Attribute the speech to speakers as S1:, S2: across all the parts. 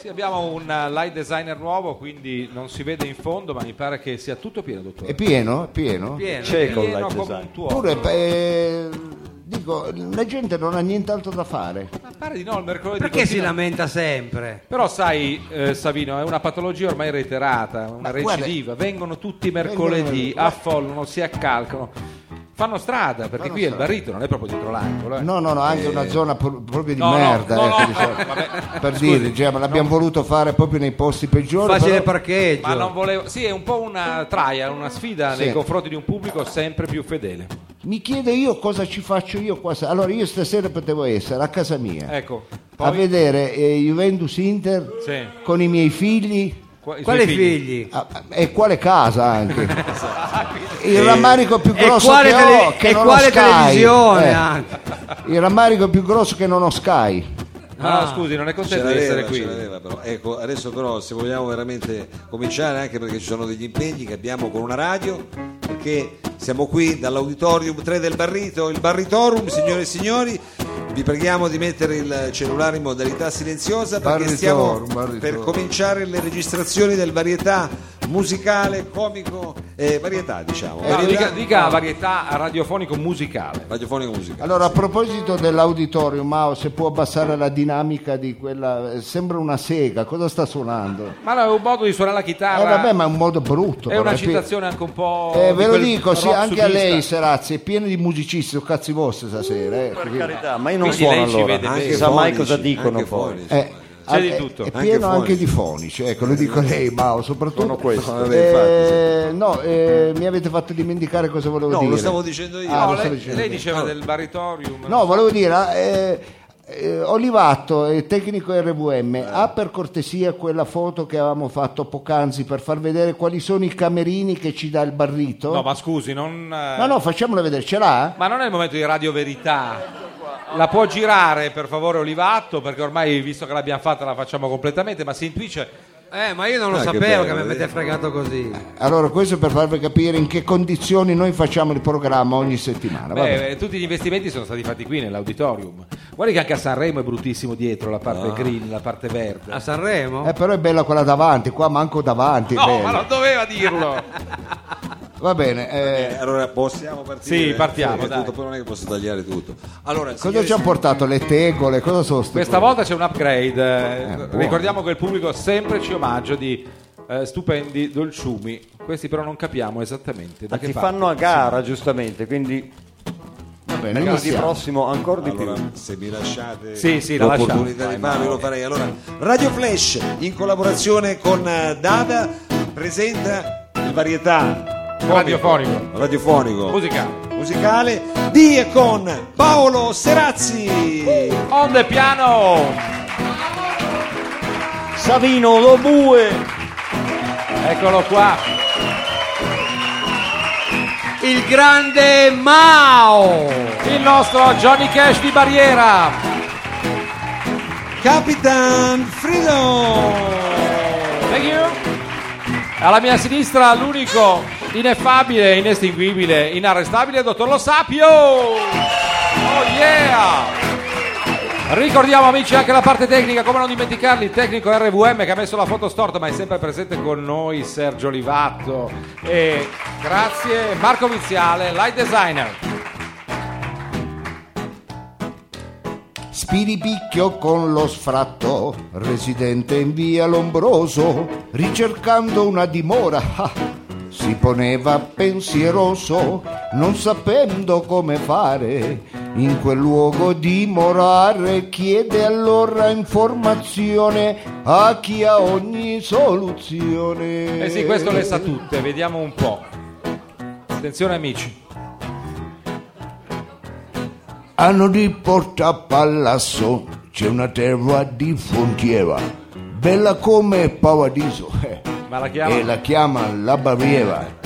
S1: Sì, abbiamo un eh, light designer nuovo, quindi non si vede in fondo, ma mi pare che sia tutto pieno, dottore.
S2: È pieno? È pieno?
S1: pieno,
S3: cieco il
S1: pieno
S3: light
S1: come
S3: design.
S1: un tuo.
S2: Pure, eh, dico, la gente non ha nient'altro da fare.
S1: Ma pare di no, il mercoledì
S4: Perché si
S1: continua-
S4: lamenta sempre?
S1: Però sai, eh, Savino, è una patologia ormai reiterata, una
S2: Ma
S1: recidiva. Vengono tutti i mercoledì,
S2: Vengono-
S1: affollano, si accalcano, fanno strada, perché
S2: Fanno
S1: qui è il
S2: strada.
S1: barrito, non è proprio dietro l'angolo. eh.
S2: No, no, no, anche una zona pro- proprio di
S1: no, no,
S2: merda.
S1: no,
S2: ecco,
S1: no,
S2: diciamo.
S1: vabbè,
S2: per dire, cioè, ma l'abbiamo voluto fare proprio nei posti peggiori.
S4: Facile
S2: però-
S4: parcheggio.
S1: Ma non volevo... Sì, è un po' una traia, una sfida nei
S2: Sì.
S1: confronti di un pubblico sempre più fedele.
S2: Mi chiede io cosa ci faccio io qua. sa- Allora, io stasera potevo essere a casa mia
S1: Ecco.
S2: a
S1: Poi...
S2: vedere eh, Juventus Inter
S1: Sì.
S2: con i miei figli.
S1: qua- i suoi
S4: Quali figli?
S2: Ah, e quale casa anche? Il rammarico più
S4: E
S2: grosso
S4: quale,
S2: che
S4: tele-
S2: ho che
S4: e
S2: non ho
S4: quale
S2: Sky.
S4: televisione
S2: Eh,
S4: anche?
S2: Il rammarico più grosso che non ho Sky.
S1: Ah,
S4: Ah.
S1: scusi, non è
S3: Ce
S1: contento di essere
S3: l'aveva,
S1: qui.
S3: ce l'aveva però. Ecco, adesso però se vogliamo veramente cominciare anche perché ci sono degli impegni che abbiamo con una radio, perché siamo qui dall'auditorium 3 del Barrito, il Barritorum, signore e signori, vi preghiamo di mettere il cellulare in modalità silenziosa perché
S2: Barritorum,
S3: stiamo
S2: Barritorum.
S3: per cominciare le registrazioni del varietà musicale, comico e varietà diciamo.
S1: No, dica,
S3: Varietà
S1: dica varietà radiofonico musicale.
S3: radiofonico musica.
S2: Allora, a proposito dell'auditorium, Mao, se può abbassare la dinamica di quella. eh, Sembra una sega, cosa sta suonando?
S1: Ma no, è un modo di suonare la
S2: Eh,
S1: chitarra.
S2: vabbè, ma è un modo brutto.
S1: Ah, È
S2: però,
S1: una
S2: pi-
S1: citazione anche un po'.
S2: Eh,
S1: di
S2: ve lo
S1: quel
S2: dico, sì,
S1: rock
S2: anche a
S1: sudista.
S2: lei, Serazzi, è pieno di musicisti, o cazzi vostri stasera. eh,
S5: Per
S2: quindi-
S5: carità, ma io non
S1: Quindi
S5: suono
S1: lei ci
S5: allora.
S1: vede bene.
S5: Non sa mai
S3: fonici,
S5: cosa dicono
S3: anche
S5: poi.
S3: fonici.
S2: Eh,
S1: C'è di
S2: eh,
S1: tutto.
S2: È
S1: Anche
S2: pieno anche,
S3: fonici.
S2: di fonici, ecco, lo dico a lei, Mao, soprattutto.
S5: Sono questo.
S2: Eh,
S3: Vabbè, infatti,
S2: no, eh, mi avete fatto dimenticare cosa volevo
S3: No,
S2: dire.
S3: lo stavo dicendo io.
S2: Ah,
S1: No,
S2: lo
S1: lei,
S2: stavo dicendo
S1: lei
S2: io.
S1: diceva del baritorium.
S2: No, volevo dire, eh, eh, Olivatto, eh, tecnico RVM,
S1: Eh.
S2: ha per cortesia quella foto che avevamo fatto poc'anzi per far vedere quali sono i camerini che ci dà il barrito?
S1: No, ma scusi, non. eh,
S2: no, no, facciamola vedere, ce l'ha?
S1: Ma non è il momento di Radio Verità. La può girare per favore Olivatto, perché ormai visto che l'abbiamo fatta la facciamo completamente, ma si intuisce.
S4: Eh, ma io non lo
S3: Ah, che
S4: sapevo che,
S3: bello,
S4: mi avete
S2: eh,
S3: vedi?
S4: fregato così.
S2: Allora, questo per farvi capire in che condizioni noi facciamo il programma ogni settimana. vabbè.
S1: Beh, eh, tutti gli investimenti sono stati fatti qui nell'auditorium. Guardi che anche a Sanremo è bruttissimo dietro la
S2: Ah.
S1: parte green, la parte verde.
S4: A Sanremo?
S2: Eh, però è bella quella davanti, qua manco davanti. è
S1: no,
S2: bella.
S1: ma non doveva dirlo.
S2: Va bene, eh,
S3: Eh, allora possiamo partire?
S1: Sì, partiamo,
S3: Perché
S1: dai.
S3: tutto, poi non è che posso tagliare tutto. Allora,
S2: cosa
S3: signori
S2: ci hanno portato? Le tegole? Cosa sono queste
S1: eh, Questa
S2: cose?
S1: volta c'è un upgrade. eh,
S2: buono.
S1: Ricordiamo che il pubblico sempre ci omaggio di eh, stupendi dolciumi. Questi però non capiamo esattamente da
S5: Ma
S1: che
S5: ti
S1: parte.
S5: fanno a gara, giustamente, quindi
S2: Va bene,
S5: venerdì
S2: iniziamo.
S5: prossimo ancora di
S3: Allora,
S5: più.
S3: se mi lasciate
S1: Sì, sì, la
S3: l'opportunità
S1: lasciamo.
S3: di farlo, io lo farei. Allora, Radio Flash in collaborazione con eh, Dada presenta il varietà comico,
S1: Radiofonico.
S3: radiofonico
S1: Musicale.
S3: musicale di e con Paolo Serazzi.
S1: On the piano!
S5: Savino Lobue!
S1: Eccolo qua.
S4: Il grande Mao!
S1: Il nostro Johnny Cash di Barriera.
S3: Capitan Freedom.
S1: Thank you. Alla mia sinistra l'unico ineffabile, inestinguibile, inarrestabile dottor Lo Sapio. Oh yeah! Ricordiamo amici anche la parte tecnica, come non dimenticarli, il tecnico RVM che ha messo la foto storta ma è sempre presente con noi Sergio Livatto e grazie Marco Viziale, light designer.
S2: Spiripicchio con lo sfratto, residente in via Lombroso, ricercando una dimora, ah, si poneva pensieroso, non sapendo come fare in quel luogo dimorare, chiede allora informazione a chi ha ogni soluzione.
S1: Eh sì, questo le sa tutte, vediamo un po'. Attenzione amici.
S2: Hanno di Porta a Palazzo c'è una terra di frontiera, bella come paradiso. eh.
S1: Ma la
S2: e
S1: chiama?
S2: la chiama la barriera.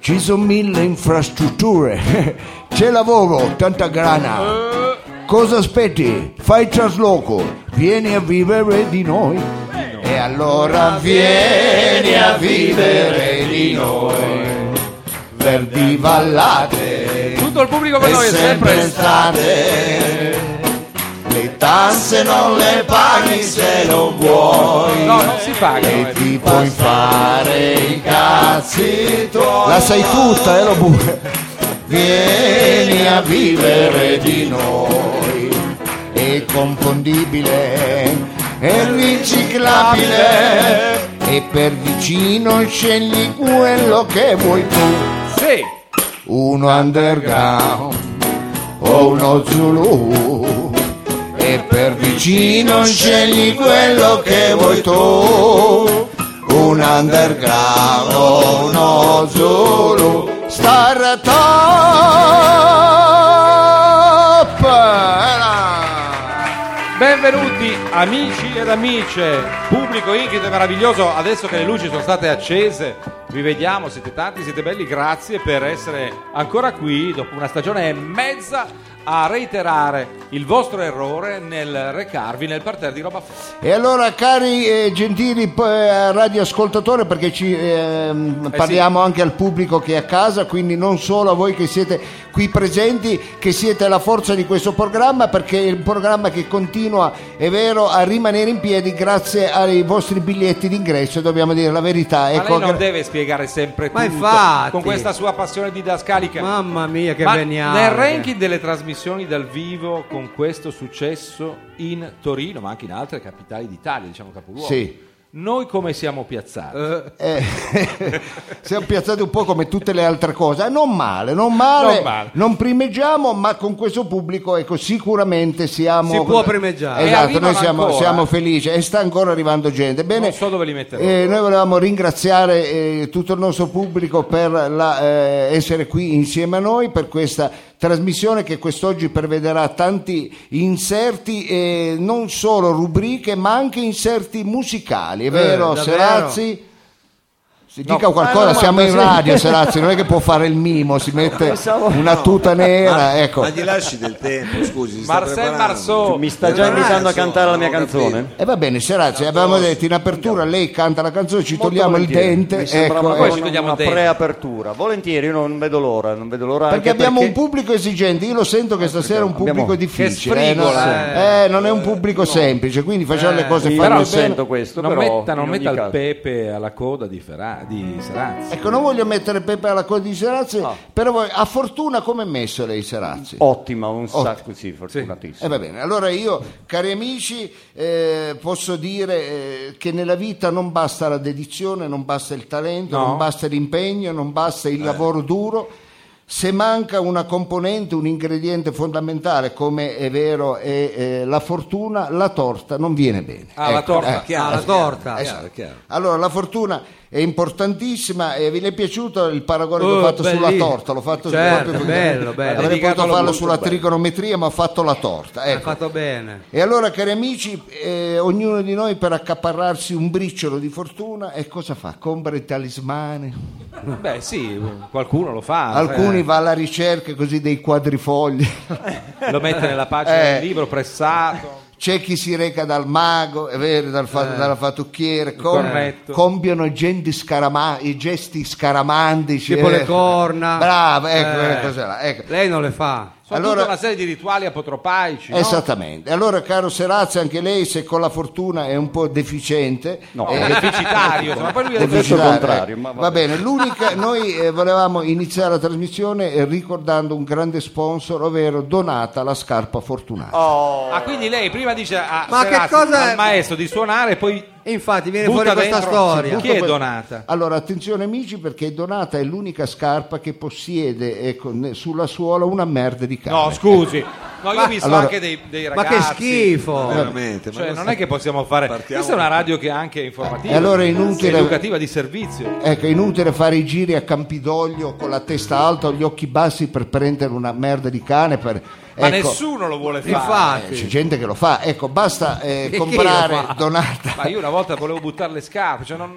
S2: Ci sono mille infrastrutture, eh. c'è lavoro, tanta grana.
S1: Eh.
S2: Cosa aspetti? Fai trasloco, vieni a vivere di noi.
S1: Eh.
S2: E allora vieni a vivere di noi. Verdi vallate
S1: Tutto il pubblico con
S2: e
S1: noi è sempre
S2: sempre state. Le tasse non le paghi se non vuoi.
S1: no, non si eh. pagano.
S2: E ti puoi fare i cazzi tuoi. La sai tutta, eh, lo pure. Vieni a vivere di noi. È confondibile, è riciclabile. E per vicino scegli quello che vuoi tu.
S1: Sì,
S2: Uno underground o uno Zulu. E per vicino scegli quello che vuoi tu. Un underground o uno Zulu. Star Top! Era!
S1: benvenuti amici ed amiche, pubblico inquieto e meraviglioso. Adesso che le luci sono state accese, vi vediamo, siete tanti, siete belli, grazie per essere ancora qui dopo una stagione e mezza a reiterare il vostro errore nel recarvi nel parterre di roba fresca.
S2: E allora, cari e gentili p- eh, radioascoltatori, perché ci
S1: Eh,
S2: ehm, parliamo anche al pubblico che è a casa, quindi non solo a voi che siete qui presenti, che siete la forza di questo programma, perché è un programma che continua, è vero, a rimanere in piedi grazie ai vostri biglietti d'ingresso, e dobbiamo dire la verità.
S1: Ma
S2: Ecco,
S1: lei non
S2: gra-
S1: deve spiegare sempre tutto
S4: Ma infatti.
S1: con questa sua passione didascalica.
S4: Mamma mia, che
S1: Ma
S4: veniamo.
S1: nel ranking delle trasmissioni dal vivo con questo successo in Torino, ma anche in altre capitali d'Italia, diciamo capoluogo.
S2: Sì.
S1: Noi come siamo piazzati?
S2: Eh, siamo piazzati un po' come tutte le altre cose, Eh, non male, non male,
S1: Non male.
S2: non primeggiamo, ma con questo pubblico ecco, sicuramente siamo...
S4: Si può primeggiare.
S1: E
S2: Esatto,
S1: arrivano
S2: noi siamo,
S1: ancora.
S2: siamo felici e sta ancora arrivando gente. Bene,
S1: non so dove li metterò.
S2: eh, noi volevamo ringraziare eh, tutto il nostro pubblico per la- eh, essere qui insieme a noi per questa trasmissione che quest'oggi prevederà tanti inserti, eh, non solo rubriche, ma anche inserti musicali, è vero?
S4: davvero?
S2: Serazzi? Si dica
S5: Ah,
S2: qualcosa,
S5: Eh, no, ma-
S2: siamo in
S5: sì.
S2: radio, Serazzi, non è che può fare il mimo, si mette
S5: Pensavo-
S2: una tuta nera,
S3: ma,
S2: ecco.
S3: ma gli lasci del tempo, scusi. si sta
S1: Marcel
S3: preparando.
S1: Marceau.
S5: Mi sta già
S3: Eh,
S5: invitando a
S3: insomma,
S5: cantare la mia
S3: non ho
S5: canzone.
S3: capito.
S2: E va bene, Serazzi, abbiamo detto in apertura lei canta la canzone, ci
S5: Molto
S2: togliamo il
S5: volentieri.
S2: dente,
S5: Mi sembrava
S2: ecco,
S5: una-
S1: Poi ci togliamo
S5: una
S1: il dente.
S5: preapertura. Volentieri, io non vedo l'ora, non vedo l'ora anche
S2: perché abbiamo
S5: perché-
S2: un pubblico esigente, io lo sento che stasera è un pubblico
S5: abbiamo-
S2: difficile,
S1: che
S2: eh, non,
S1: sfrigola,
S2: eh, non è un pubblico semplice, quindi facciamo le cose
S5: Eh, sì,
S2: fatte
S5: però
S2: bene.
S5: lo sento questo,
S1: non
S5: però
S1: metta, non
S5: in
S1: metta
S5: ogni
S1: il
S5: caso.
S1: pepe alla coda di, Ferra- di Serazzi.
S2: Ecco, non voglio mettere Pepe alla coda di Serazzi,
S5: No.
S2: però voi- a fortuna come è messo lei Serazzi?
S5: Ottima, un
S2: Ottimo.
S5: sacco, sì, fortunatissimo.
S2: Eh, va bene, allora io, cari amici, eh, posso dire eh, che nella vita non basta la dedizione, non basta il talento,
S1: No.
S2: non basta l'impegno, non basta il lavoro duro. Se manca una componente, un ingrediente fondamentale, come è vero, è eh, la fortuna, la torta non viene bene.
S1: Ah, la torta.
S2: eh. esatto.
S3: Chiaro,
S4: Ah, la
S3: chiaro,
S4: torta.
S3: chiaro, chiaro.
S2: Allora, la fortuna è importantissima e vi è piaciuto il paragone che ho
S4: Oh,
S2: fatto sulla
S4: bellissimo.
S2: torta? L'ho fatto
S4: Certo,
S2: proprio-
S4: bello, bello.
S2: Avrei
S1: Dedicato
S2: potuto
S1: alla
S2: farlo
S1: molto
S2: sulla
S1: bene.
S2: trigonometria, ma ho fatto la torta.
S4: Hai
S2: Ecco.
S4: fatto bene.
S2: E allora, cari amici, eh, ognuno di noi per accaparrarsi un briciolo di fortuna, e cosa fa? Compra i talismani.
S1: Beh, sì, qualcuno lo
S4: Ah,
S1: fa.
S2: Alcuni
S4: eh.
S2: va alla ricerca così dei quadrifogli.
S1: eh, lo mette nella pagina
S2: Eh.
S1: del libro pressato.
S2: C'è chi si reca dal mago, è vero, dal
S4: Eh.
S2: fa- dalla fattucchiera, com-
S1: corretto.
S2: compiono genti scarama- i gesti scaramandici.
S4: Tipo
S2: eh.
S4: le corna.
S2: Brava, ecco quelle
S4: Eh.
S2: cose là, ecco.
S4: Lei non le fa.
S1: Sono
S2: Allora-
S1: tutta una serie di rituali apotropaici. no?
S2: Esattamente. Allora, caro Serazzi, anche lei, se con la fortuna è un po' deficiente,
S5: No.
S1: È
S2: eh,
S1: deficitario. insomma, poi lui ha detto-
S5: Deficitario.
S2: Pubblicità,
S5: il contrario,
S2: eh.
S5: ma va
S2: va bene. L'unica, noi eh, volevamo iniziare la trasmissione eh, ricordando un grande sponsor, ovvero Donata la scarpa fortunata.
S5: Oh.
S1: Ah, quindi lei prima dice a
S4: Ma che
S1: Serazzi,
S4: cosa è-
S1: al maestro di suonare e poi
S4: Infatti viene
S1: Butta
S4: fuori questa
S1: dentro-
S4: storia.
S1: Chi è Donata?
S2: Allora, attenzione amici, perché Donata è l'unica scarpa che possiede ecco, ne- sulla suola una merda di cane.
S1: No, scusi. No, io ho visto
S2: allora- Eh,
S1: anche dei, dei
S4: Ma
S1: ragazzi.
S4: che schifo.
S3: Veramente, ma
S1: Cioè,
S3: cosa-
S1: non è che possiamo fare.
S3: Partiamo-
S1: Questa è una radio che è anche informativa.
S2: E allora è inutile-
S1: è educativa di servizio.
S2: Ecco, è inutile fare i giri a Campidoglio con la testa alta o gli occhi bassi per prendere una merda di cane. Per...
S1: Ma
S2: ecco,
S1: nessuno lo vuole fare.
S2: eh,
S4: Infatti.
S2: c'è gente che lo fa. Ecco, basta eh,
S4: chi lo fa?
S2: comprare Donata.
S1: Ma io una volta volevo buttare le scarpe, cioè non,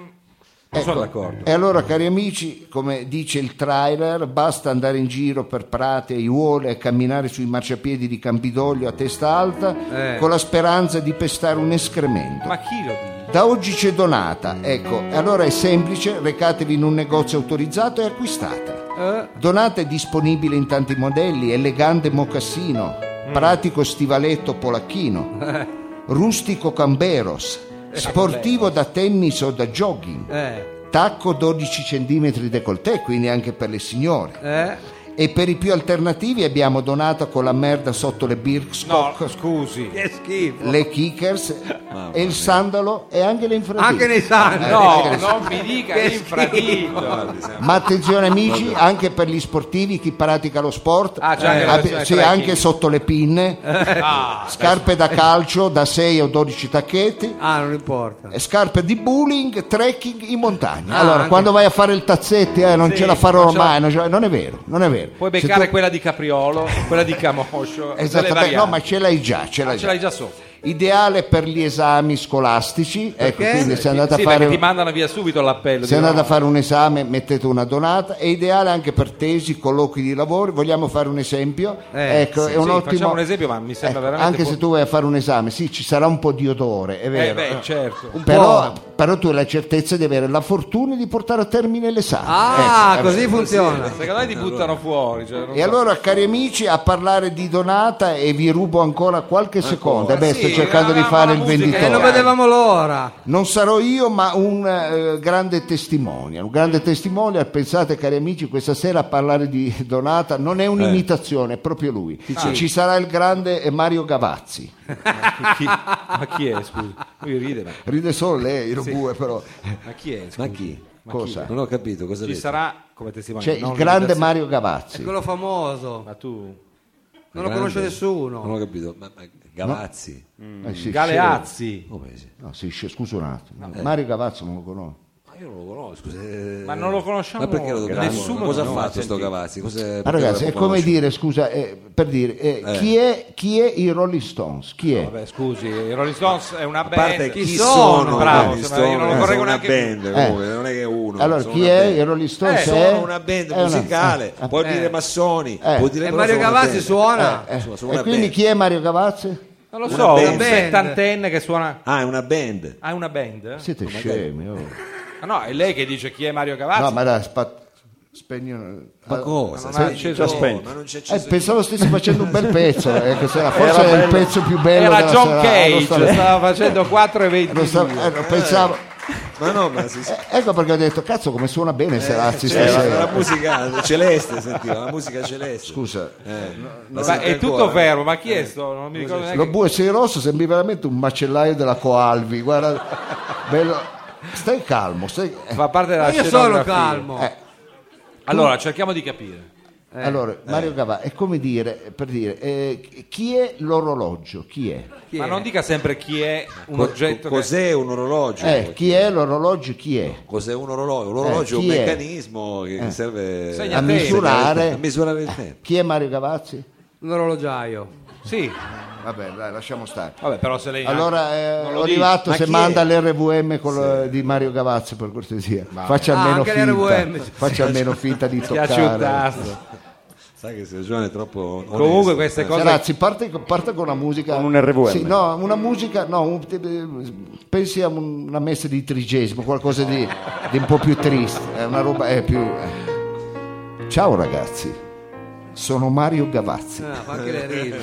S1: non sono
S2: Ecco,
S1: d'accordo.
S2: E allora, cari amici, come dice il trailer, basta andare in giro per prate, aiuole e camminare sui marciapiedi di Campidoglio a testa alta
S4: Eh.
S2: con la speranza di pestare un escremento.
S1: Ma chi lo dice?
S2: Da oggi c'è Donata, ecco, e allora è semplice, recatevi in un negozio autorizzato e acquistatela.
S4: Eh,
S2: Donata è disponibile in tanti modelli, elegante mocassino, pratico stivaletto polacchino, rustico camberos, sportivo da tennis o da jogging,
S4: Eh,
S2: tacco 12 cm décolleté, quindi anche per le signore.
S4: eh.
S2: E per i più alternativi abbiamo donato con la merda sotto le
S1: No,
S2: Birkstock,
S1: scusi.
S4: Che schifo.
S2: le kickers e il sandalo e anche le infradito.
S4: Anche nei
S2: Eh,
S4: sanno.
S1: No, non mi dica infradito.
S3: Guardi, sa-
S2: Ma attenzione amici, anche per gli sportivi, chi pratica lo sport, eh,
S1: Ah, c'è anche la versione
S2: sì,
S1: trekking.
S2: anche sotto le pinne,
S1: Ah,
S2: scarpe da calcio da 6 o 12 tacchetti,
S4: Ah, non importa.
S2: e scarpe di bowling, trekking in montagna.
S4: Ah,
S2: allora,
S4: anche-
S2: quando vai a fare il tazzetti, eh, non
S1: Sì,
S2: ce la farò
S1: faccio-
S2: mai, non, ce la- non è vero, non è vero.
S1: puoi
S2: Se tu-
S1: beccare quella di Capriolo, quella di Camoscio. tutte le
S2: Esattamente, no,
S1: varianti. Ah,
S2: ma ce l'hai già, ce l'hai
S1: ce
S2: già.
S1: l'hai già sopra.
S2: Ideale per gli esami scolastici, ecco,
S4: Perché?
S2: quindi se andate
S1: sì,
S2: a fare...
S1: perché ti mandano via subito l'appello.
S2: Se
S1: dicono,
S2: andate a
S1: no.
S2: fare un esame mettete una donata, è ideale anche per tesi, colloqui di lavoro, vogliamo fare un esempio?
S4: Eh,
S2: ecco,
S1: sì,
S2: è un
S1: sì,
S2: ottimo... Ecco,
S1: facciamo un esempio, ma mi sembra veramente
S2: Anche
S1: po-
S2: se tu vai a fare un esame, sì, ci sarà un po' di odore, è
S1: Eh
S2: vero.
S1: beh, certo.
S2: però, però tu hai la certezza di avere la fortuna di portare a termine l'esame.
S4: Ah,
S2: Ecco, è
S4: così
S2: vero.
S4: funziona.
S1: Secondo me ti buttano fuori. cioè, non
S2: E
S1: so.
S2: allora, cari amici, a parlare di donata e vi rubo ancora qualche secondo. Eh beh,
S1: Sì,
S2: sto cercando di
S1: eravamo
S2: fare il
S1: alla
S4: E
S1: musica, eh,
S4: non
S1: Allora.
S2: venditore.
S4: vedevamo l'ora.
S2: Non sarò io, ma un eh, grande testimonial. Un grande testimonial, pensate cari amici, questa sera a parlare di Donata non è un'imitazione, è proprio lui. Ci sarà il grande eh, Mario Gavazzi.
S1: Chi- ma chi è, scusi? Lui ride, ma,
S2: Ride solo lei, il bue però.
S1: ma chi è? scusi?
S3: Ma chi?
S2: Cosa?
S3: Non ho capito cosa ha
S1: Ci
S3: detto.
S1: sarà come testimone.
S2: C'è
S1: non
S2: Cioè, il grande
S1: l'imitazione.
S2: Mario Gavazzi.
S1: Ecco,
S4: Quello famoso.
S1: Ma tu...
S4: Non lo conosce
S3: Grande. Non
S4: nessuno.
S3: ho capito. Ma, ma Gavazzi?
S1: Mm.
S2: Eh, sì,
S1: Galeazzi. Eh.
S3: Come si-
S2: sì. No, sì, sì, scusa un attimo. Mario Gavazzi non lo conosco.
S3: Ma io
S1: Oh,
S3: non lo conosco. se-
S1: Ma non lo conosciamo.
S3: Eh, Ma perché lo dobbiamo
S1: Nessuno
S3: Cosa ha
S1: no,
S3: fatto sto
S1: senti.
S3: Gavazzi? Cos'è-
S2: Ma
S3: perché
S2: Ah, ragazzi,
S3: lo
S2: è come
S3: conosci?
S2: dire, scusa, eh, per dire, eh, Chi, è, chi è i Rolling Stones? Chi è?
S1: Vabbè, scusi, i Rolling Stones è una
S3: A parte
S1: band.
S3: chi,
S4: Chi
S3: sono,
S4: sono?
S1: Bravo,
S3: Rolling
S1: insomma, io non lo
S3: Stone,
S1: vorrei
S3: sono una
S1: neanche più.
S3: band comunque, non è che è uno.
S2: Eh. Allora,
S3: sono
S2: chi
S3: una
S2: è
S3: band. Eh,
S2: i Rolling Stones? è?
S3: sono una band
S2: È una-
S3: musicale,
S2: eh, eh.
S3: puoi dire massoni, puoi
S4: E
S3: dire
S1: Eh,
S3: però
S4: Eh, Mario
S3: sono una
S4: Gavazzi
S3: band.
S4: suona.
S2: Eh,
S3: Insomma, sono
S2: e
S3: una
S2: quindi
S3: band.
S2: chi è Mario Gavazzi?
S1: Non lo
S3: Una
S1: so,
S3: band.
S1: un settantenne che suona...
S3: Ah, è una band.
S1: Ha una band?
S2: Siete scemi. oh.
S1: Ah, no, è lei che dice chi è Mario Gavazzi.
S2: No, ma dai, spa- spegni.
S3: Ma cosa?
S1: non
S3: Sei
S1: ha acceso-
S3: già spento.
S5: spento.
S3: Ma non c'è
S2: Eh,
S3: acceso-
S2: pensavo stessi facendo un bel pezzo, eh, che sarà- forse
S5: Era
S2: è il
S5: bello.
S2: pezzo più bello
S1: Era
S2: della
S1: John
S2: serata, eh, lo
S1: Cage,
S2: sta-
S1: stava facendo 4 e
S2: lo
S1: 22.
S2: sta- eh, lo pensavo-
S3: Ma no, ma si
S2: eh, ecco perché ho detto, cazzo come suona bene Serazzi
S3: C'era
S2: stasera.
S3: Eh, la musica celeste, sentiva, la musica celeste.
S2: Scusa,
S3: Eh, la
S1: Ma
S3: senti
S1: è tutto
S3: ancora?
S1: fermo, ma chi è sto? Non mi ricordo
S2: lo
S1: neanche.
S2: bue sei rosso sembri veramente un macellaio della Coalvi, guarda, bello. Stai calmo, stai... eh,
S1: Fa parte della
S4: Ma Io sono
S1: scenografia.
S4: calmo.
S2: eh.
S1: Allora, cerchiamo di capire.
S2: Allora, Mario Gavazzi, è come dire, per dire, eh, chi è l'orologio? Chi è?
S4: Chi
S1: ma
S4: è?
S1: non dica sempre chi è un
S3: Co-
S1: oggetto che-
S3: Cos'è un orologio?
S2: Eh, chi è l'orologio? Chi è?
S3: Cos'è un orologio? Un orologio è un
S2: chi è? Eh.
S3: meccanismo che che serve
S1: Segna
S2: A
S1: tempo.
S2: misurare...
S3: a misurare il tempo.
S2: Chi è Mario Gavazzi?
S4: Un Eh, orologiaio.
S1: Sì,
S2: Vabbè, dai, lasciamo stare.
S1: vabbè, però se lei
S2: Allora, eh,
S1: Non lo dici.
S2: Olivato,
S3: Ma
S2: se
S3: chi
S2: manda
S3: è?
S2: l'RVM col- di Mario Gavazzi, per cortesia, faccia
S4: Ah,
S2: almeno
S4: anche
S2: finta.
S4: l'RVM.
S2: Faccia almeno finta di
S1: piace un
S2: toccare.
S1: tasto.
S3: Sai che se giovane è troppo onesto. eh,
S1: Comunque queste cose
S2: Ragazzi, parte, parte con una musica.
S5: Con un RVM.
S2: Sì, no, una musica. No, un- pensi a un- una messa di trigesimo, qualcosa di, di un po' più triste. È una roba. È più. eh. Ciao ragazzi, sono Mario Gavazzi.
S4: Eh, fa anche le
S1: Eh.
S4: ride.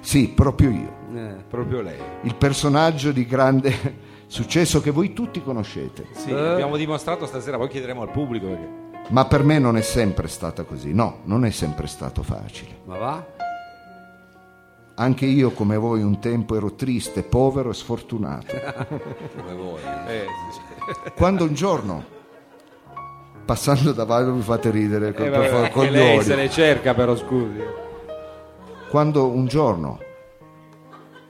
S2: Sì, proprio io.
S4: Eh.
S1: proprio lei.
S2: il personaggio di grande successo che voi tutti conoscete,
S1: Sì, abbiamo dimostrato stasera, poi chiederemo al pubblico perché
S2: ma per me non è sempre stata così, no, non è sempre stato facile.
S4: Ma va?
S2: Anche io come voi un tempo ero triste, povero e sfortunato.
S3: come vuoi.
S1: Eh,
S2: Quando un giorno, passando davanti, mi fate ridere,
S1: Eh,
S2: col-
S1: vabbè,
S2: per-
S1: perché
S2: con gli
S1: lei
S2: oli.
S1: se le cerca però scusi.
S2: Quando un giorno,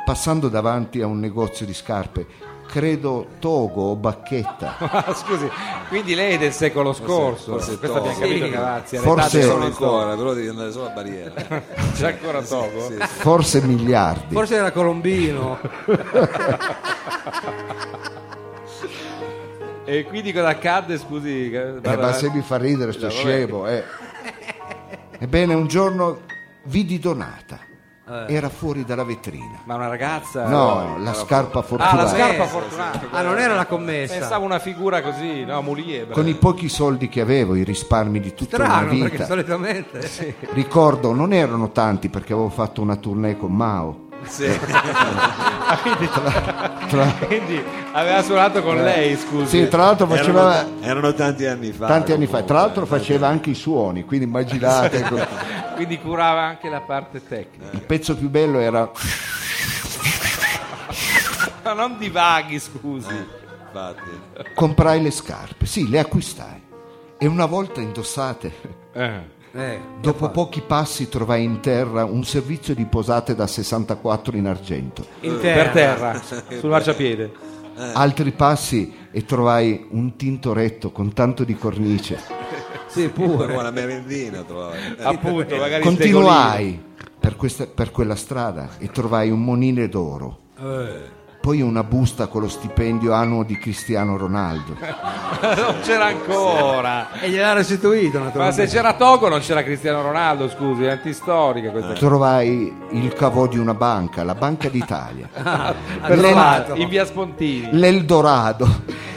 S2: passando davanti a un negozio di scarpe, credo Togo o Bacchetta,
S1: Ma scusi, quindi lei è del secolo scorso.
S3: forse
S1: Questo abbiamo
S3: Togo.
S1: capito
S4: Sì.
S1: Gavazzi,
S2: Forse-
S1: forse
S3: Sono
S1: sono
S3: ancora, però devi andare solo a barriera.
S1: C'è ancora Togo?
S3: Sì,
S2: forse miliardi,
S4: Forse era Colombino.
S1: E quindi cosa accadde, scusi?
S2: Eh, ma se mi fa ridere sto scemo, eh. Ebbene, un giorno vidi Donata.
S1: Eh.
S2: Era fuori dalla vetrina.
S1: Ma una ragazza?
S2: No, la scarpa
S1: Ah, la
S2: fortunata.
S1: scarpa
S4: Eh,
S1: fortunata.
S4: Ah, non era la commessa.
S1: Pensavo una figura così, no, muliebra.
S2: Esatto. Con i pochi soldi che avevo, i risparmi di tutta la
S4: Strano, perché
S2: vita.
S4: solitamente. eh,
S2: Ricordo, non erano tanti perché avevo fatto una tournée con Mao.
S3: Sì.
S1: Quindi aveva suonato con lei, scusi.
S2: Eh. Sì, tra l'altro faceva
S3: Erano, erano tanti anni fa.
S2: tanti anni fa,
S3: comunque.
S2: tra l'altro faceva anche i suoni, quindi immaginate, ecco,
S1: Quindi curava anche la parte tecnica.
S2: il pezzo più bello era
S1: Ma non divaghi, scusi.
S3: Infatti.
S2: comprai le scarpe, sì, le acquistai e una volta indossate
S1: Eh.
S4: Eh,
S2: Dopo pochi passi trovai in terra un servizio di posate da 64 in argento.
S4: in
S1: Per
S4: terra.
S1: terra, sul marciapiede.
S4: Eh.
S2: Altri passi e trovai un tintoretto con tanto di cornice.
S4: Eh, Sì,
S3: Poi
S4: pure.
S3: Una merendina Eh, trovai.
S1: Appunto, magari il tegolino.
S2: Continuai per, questa- per quella strada e trovai un monile d'oro.
S1: Eh.
S2: Poi una busta con lo stipendio annuo di Cristiano Ronaldo.
S4: Eh.
S1: Non c'era ancora.
S4: E gliel'ha restituito,
S1: Ma se
S4: naturalmente.
S1: c'era Togo non c'era Cristiano Ronaldo, scusi, è antistorica questa
S2: Eh.
S1: cosa.
S2: Trovai il cavò di una banca, la Banca d'Italia,
S4: Ah, Per trovato.
S1: In via Spontini.
S2: l'Eldorado.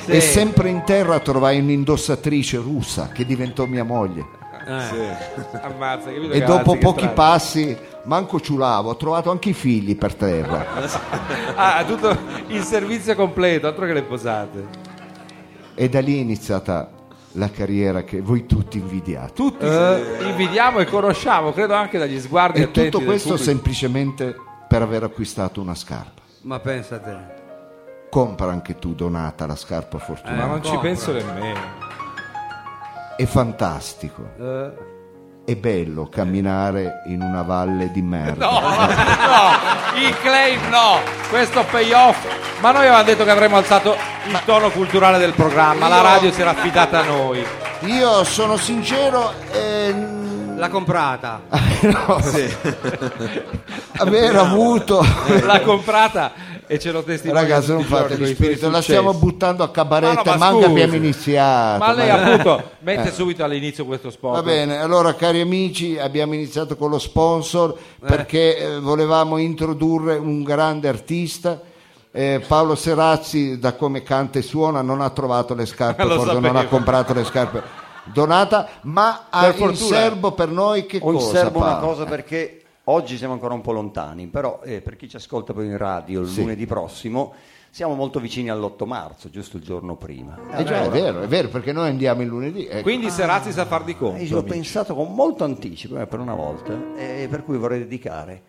S4: Sì.
S2: E sempre in terra trovai un'indossatrice russa che diventò mia moglie.
S4: Eh.
S1: Ammazza, capito che
S2: E dopo
S1: razzi che
S2: pochi
S1: strani.
S2: passi, manco ciulavo, ho trovato anche i figli per terra.
S1: Ah, tutto il servizio completo, altro che le posate.
S2: E da lì è iniziata la carriera che voi tutti invidiate.
S1: Tutti invidiamo e conosciamo, credo anche dagli sguardi
S2: Eh. E
S1: attenti
S2: tutto
S1: del
S2: questo
S1: pubblico.
S2: semplicemente per aver acquistato una scarpa.
S4: Ma pensate.
S2: Compra anche tu, Donata, la scarpa
S1: Ma
S2: fortunata.
S1: non ci
S4: Compra.
S1: penso nemmeno.
S2: È fantastico,
S1: Eh.
S2: è bello camminare in una valle di merda.
S1: No, no, il claim no, questo payoff. Ma noi avevamo detto che avremmo alzato il tono culturale del programma, la
S2: Io-
S1: radio si era affidata a noi.
S2: Eh. Io sono sincero, ehm,
S4: L'ha comprata.
S2: no, aver avuto...
S1: L'ha comprata e ce l'ho testimoniato.
S2: Ragazzi, non
S1: tutti i giorni con
S2: fate lo
S1: i suoi
S2: spirito, la
S1: successi.
S2: stiamo buttando a
S1: Ma
S2: cabaretta,
S1: no, ma
S2: manca
S1: scusi.
S2: abbiamo iniziato.
S1: Ma lei
S2: ma-
S1: appunto mette subito all'inizio questo spot.
S2: Eh. Va bene, allora cari amici, abbiamo iniziato con lo sponsor perché eh, volevamo introdurre un grande artista. Eh, Paolo Serazzi, da come canta e suona, non ha trovato le scarpe,
S1: Lo
S2: forse non ha
S1: sapevo.
S2: comprato le scarpe donata, ma ha il
S1: fortuna.
S2: serbo per noi che
S5: Ho in
S2: cosa?
S5: serbo una
S2: Paolo?
S5: cosa perché oggi siamo ancora un po' lontani, però eh, per chi ci ascolta poi in radio il lunedì prossimo siamo molto vicini all'8 marzo, giusto il giorno prima.
S2: Eh già, è vero, è vero, perché noi andiamo il lunedì. ecco.
S1: Quindi Serazzi sa far di conto.
S5: E io l'ho
S1: amici.
S5: pensato con molto anticipo eh, per una volta e per cui vorrei dedicare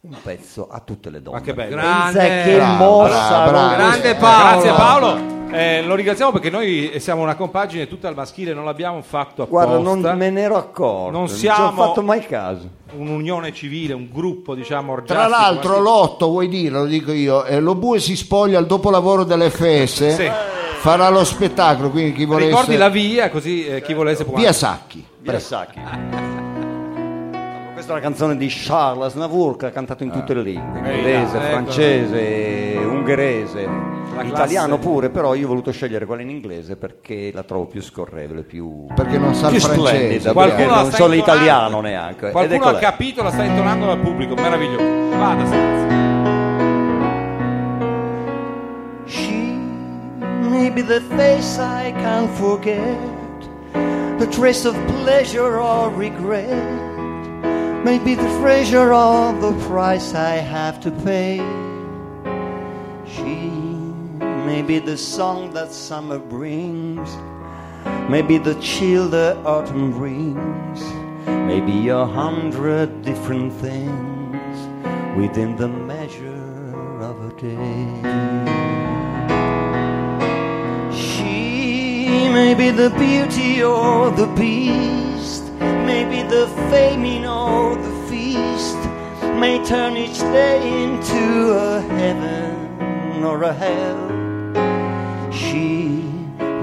S5: un pezzo a tutte le donne.
S1: Ma che bello.
S5: Pensa
S4: Grande.
S5: che
S2: Brava,
S5: mossa non-
S2: brava.
S4: Grande
S5: Eh,
S4: Paolo.
S1: Grazie Paolo. Eh, lo ringraziamo perché noi siamo una compagine tutta al maschile, non l'abbiamo fatto apposta.
S5: Guarda, non me ne ero accorto,
S1: Non
S5: non,
S1: siamo-
S5: ci ho fatto mai caso.
S1: Un'unione civile, un gruppo, diciamo, orgiastico.
S2: Tra l'altro,
S1: maschile.
S2: l'otto, vuoi dire, lo dico io, eh, lo Bue si spoglia al dopolavoro dell'FS,
S1: Sì.
S2: farà lo spettacolo, quindi chi volesse... Certo.
S1: ricordi la via, così eh, chi volesse può
S2: Via Sacchi.
S5: Pressacchi. Questa è una canzone di Charles Navour che ha cantato in tutte le lingue,
S1: Eh,
S5: inglese,
S1: ecco.
S5: francese, ungherese,
S1: classe.
S5: italiano pure, però io ho voluto scegliere quella in inglese perché la trovo più scorrevole, più,
S2: Perché non sa
S5: più
S2: il francese.
S5: splendida, perché
S1: Qualcuno la
S5: non
S1: sta
S5: so
S1: intonando.
S5: l'italiano neanche. Ed ecco
S1: Qualcuno
S5: eccola.
S1: ha capito, la sta intonando dal pubblico, meraviglioso. Vada, Serazzi.
S6: She may be the face I can't forget, the trace of pleasure or regret, may be the treasure of the price I have to pay. She may be the song that summer brings, maybe the chill the autumn brings, maybe a hundred different things within the measure of a day. She may be the beauty or the beast, may be the famine or the feast, may turn each day into a heaven or a hell. She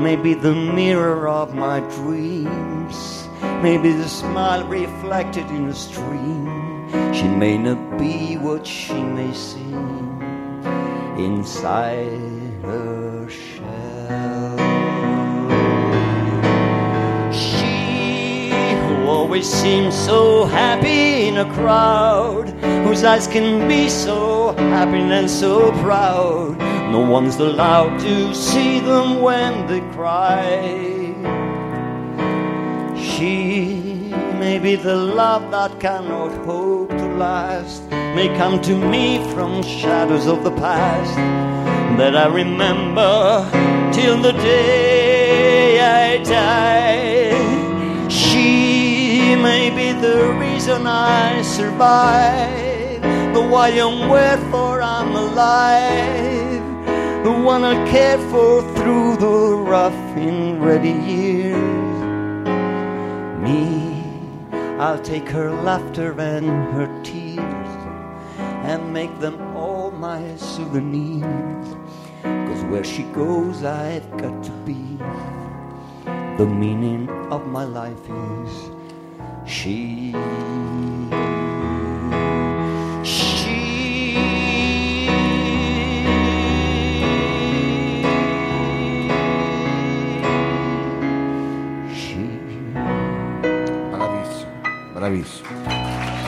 S6: may be the mirror of my dreams, may be the smile reflected in a stream. She may not be what she may seem inside her shell. She who always seems so happy in a crowd, whose eyes can be so happy and so proud. No one's allowed to see them when they cry. She may be the love that cannot hope to last, may come to me from shadows of the past that I remember till the day I die. She may be the reason I survive, the why and wherefore I'm alive, the one I cared for through the rough and ready years me. I'll take her laughter and her tears and make them all my souvenirs. Cause where she goes, I've got to be. The meaning of my life is she. She. She.
S2: Bravissimo, bravissimo.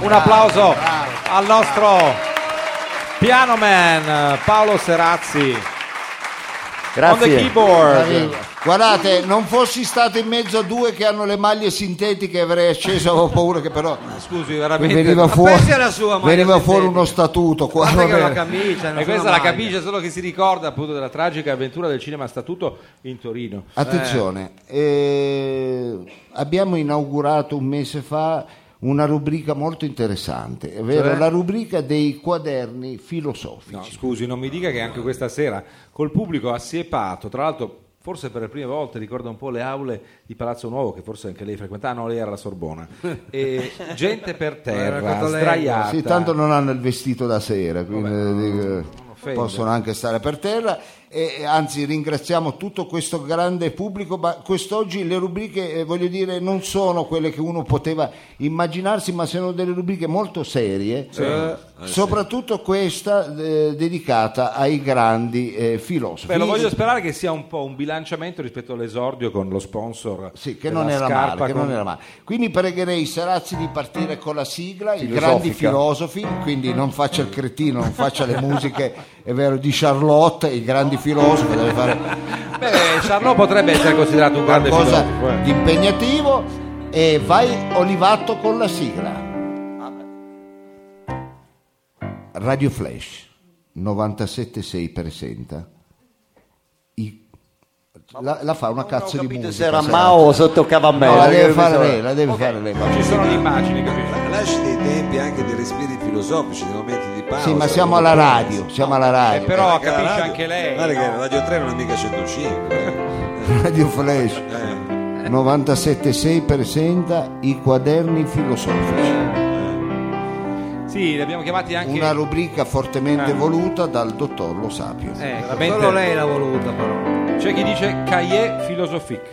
S1: Un applauso al nostro pianoman Paolo Serazzi. On the
S6: Grazie.
S1: keyboard.
S2: Guardate, non fossi stato in mezzo a due che hanno le maglie sintetiche avrei acceso, avevo paura che però
S1: Scusi, veramente.
S2: veniva
S1: Ma
S2: fuori,
S1: pensi alla sua maglia
S2: veniva
S1: sintetica.
S2: fuori uno statuto qua.
S4: Guarda che
S2: va
S4: è una
S2: bene.
S4: camicia, non
S1: E questa
S4: sono
S1: la
S4: maglia.
S1: capisce solo che si ricorda appunto della tragica avventura del cinema statuto in Torino.
S2: Attenzione, eh, abbiamo inaugurato un mese fa una rubrica molto interessante, è vero,
S1: Cioè?
S2: la rubrica dei quaderni filosofici.
S1: Eh, No, scusi, non mi dica che anche questa sera col pubblico assiepato, tra l'altro forse per le prime volte ricorda un po' le aule di Palazzo Nuovo che forse anche lei frequentava, Ah, no, lei era alla Sorbona. E gente per terra,
S4: racconto lei.
S1: sdraiata.
S2: Sì, tanto non hanno il vestito da sera, quindi eh, dico,
S1: offende.
S2: possono anche stare per terra. E, e anzi, ringraziamo tutto questo grande pubblico, ma quest'oggi le rubriche, eh, voglio dire, non sono quelle che uno poteva immaginarsi, ma sono delle rubriche molto serie, eh, soprattutto questa eh, dedicata ai grandi eh, filosofi.
S1: Beh, lo voglio sperare che sia un po' un bilanciamento rispetto all'esordio con lo sponsor.
S2: Sì, che
S1: della
S2: non, era male,
S1: scarpa
S2: che
S1: con-
S2: non era male. Quindi pregherei Sarazzi di partire con la sigla, i grandi filosofi, quindi non faccia il cretino, non faccia le musiche, è vero, di Charlotte, i grandi filosofi, deve fare
S1: Beh, Charlot potrebbe essere considerato un grande
S2: qualcosa
S1: filosofo, eh.
S2: di impegnativo e vai Olivato con la sigla. Radio Flash 976 presenta i- la, la fa una cazzo di musica.
S5: se era
S2: Sarazzi.
S5: Mao o sotto
S2: No, la
S5: Cavammella.
S2: deve fare lei, la deve fare lei.
S1: Ci sono le immagini, capito?
S3: Lasci dei tempi anche dei respiri filosofici, dei momenti di pausa.
S2: Sì, ma siamo alla radio, siamo alla radio.
S1: Eh, però
S3: Perché la
S1: capisce
S3: radio-
S1: anche lei.
S3: Guarda che
S1: no?
S3: Radio 3 non è mica 105. eh.
S2: Radio Flash
S3: Eh,
S2: 976 presenta i quaderni filosofici,
S1: Sì, li abbiamo chiamati anche. eh,
S2: una rubrica fortemente voluta dal dottor Lo Sapio.
S1: Eh,
S4: Solo
S1: veramente.
S4: lei l'ha voluta però.
S1: C'è chi dice Cahiers philosophique.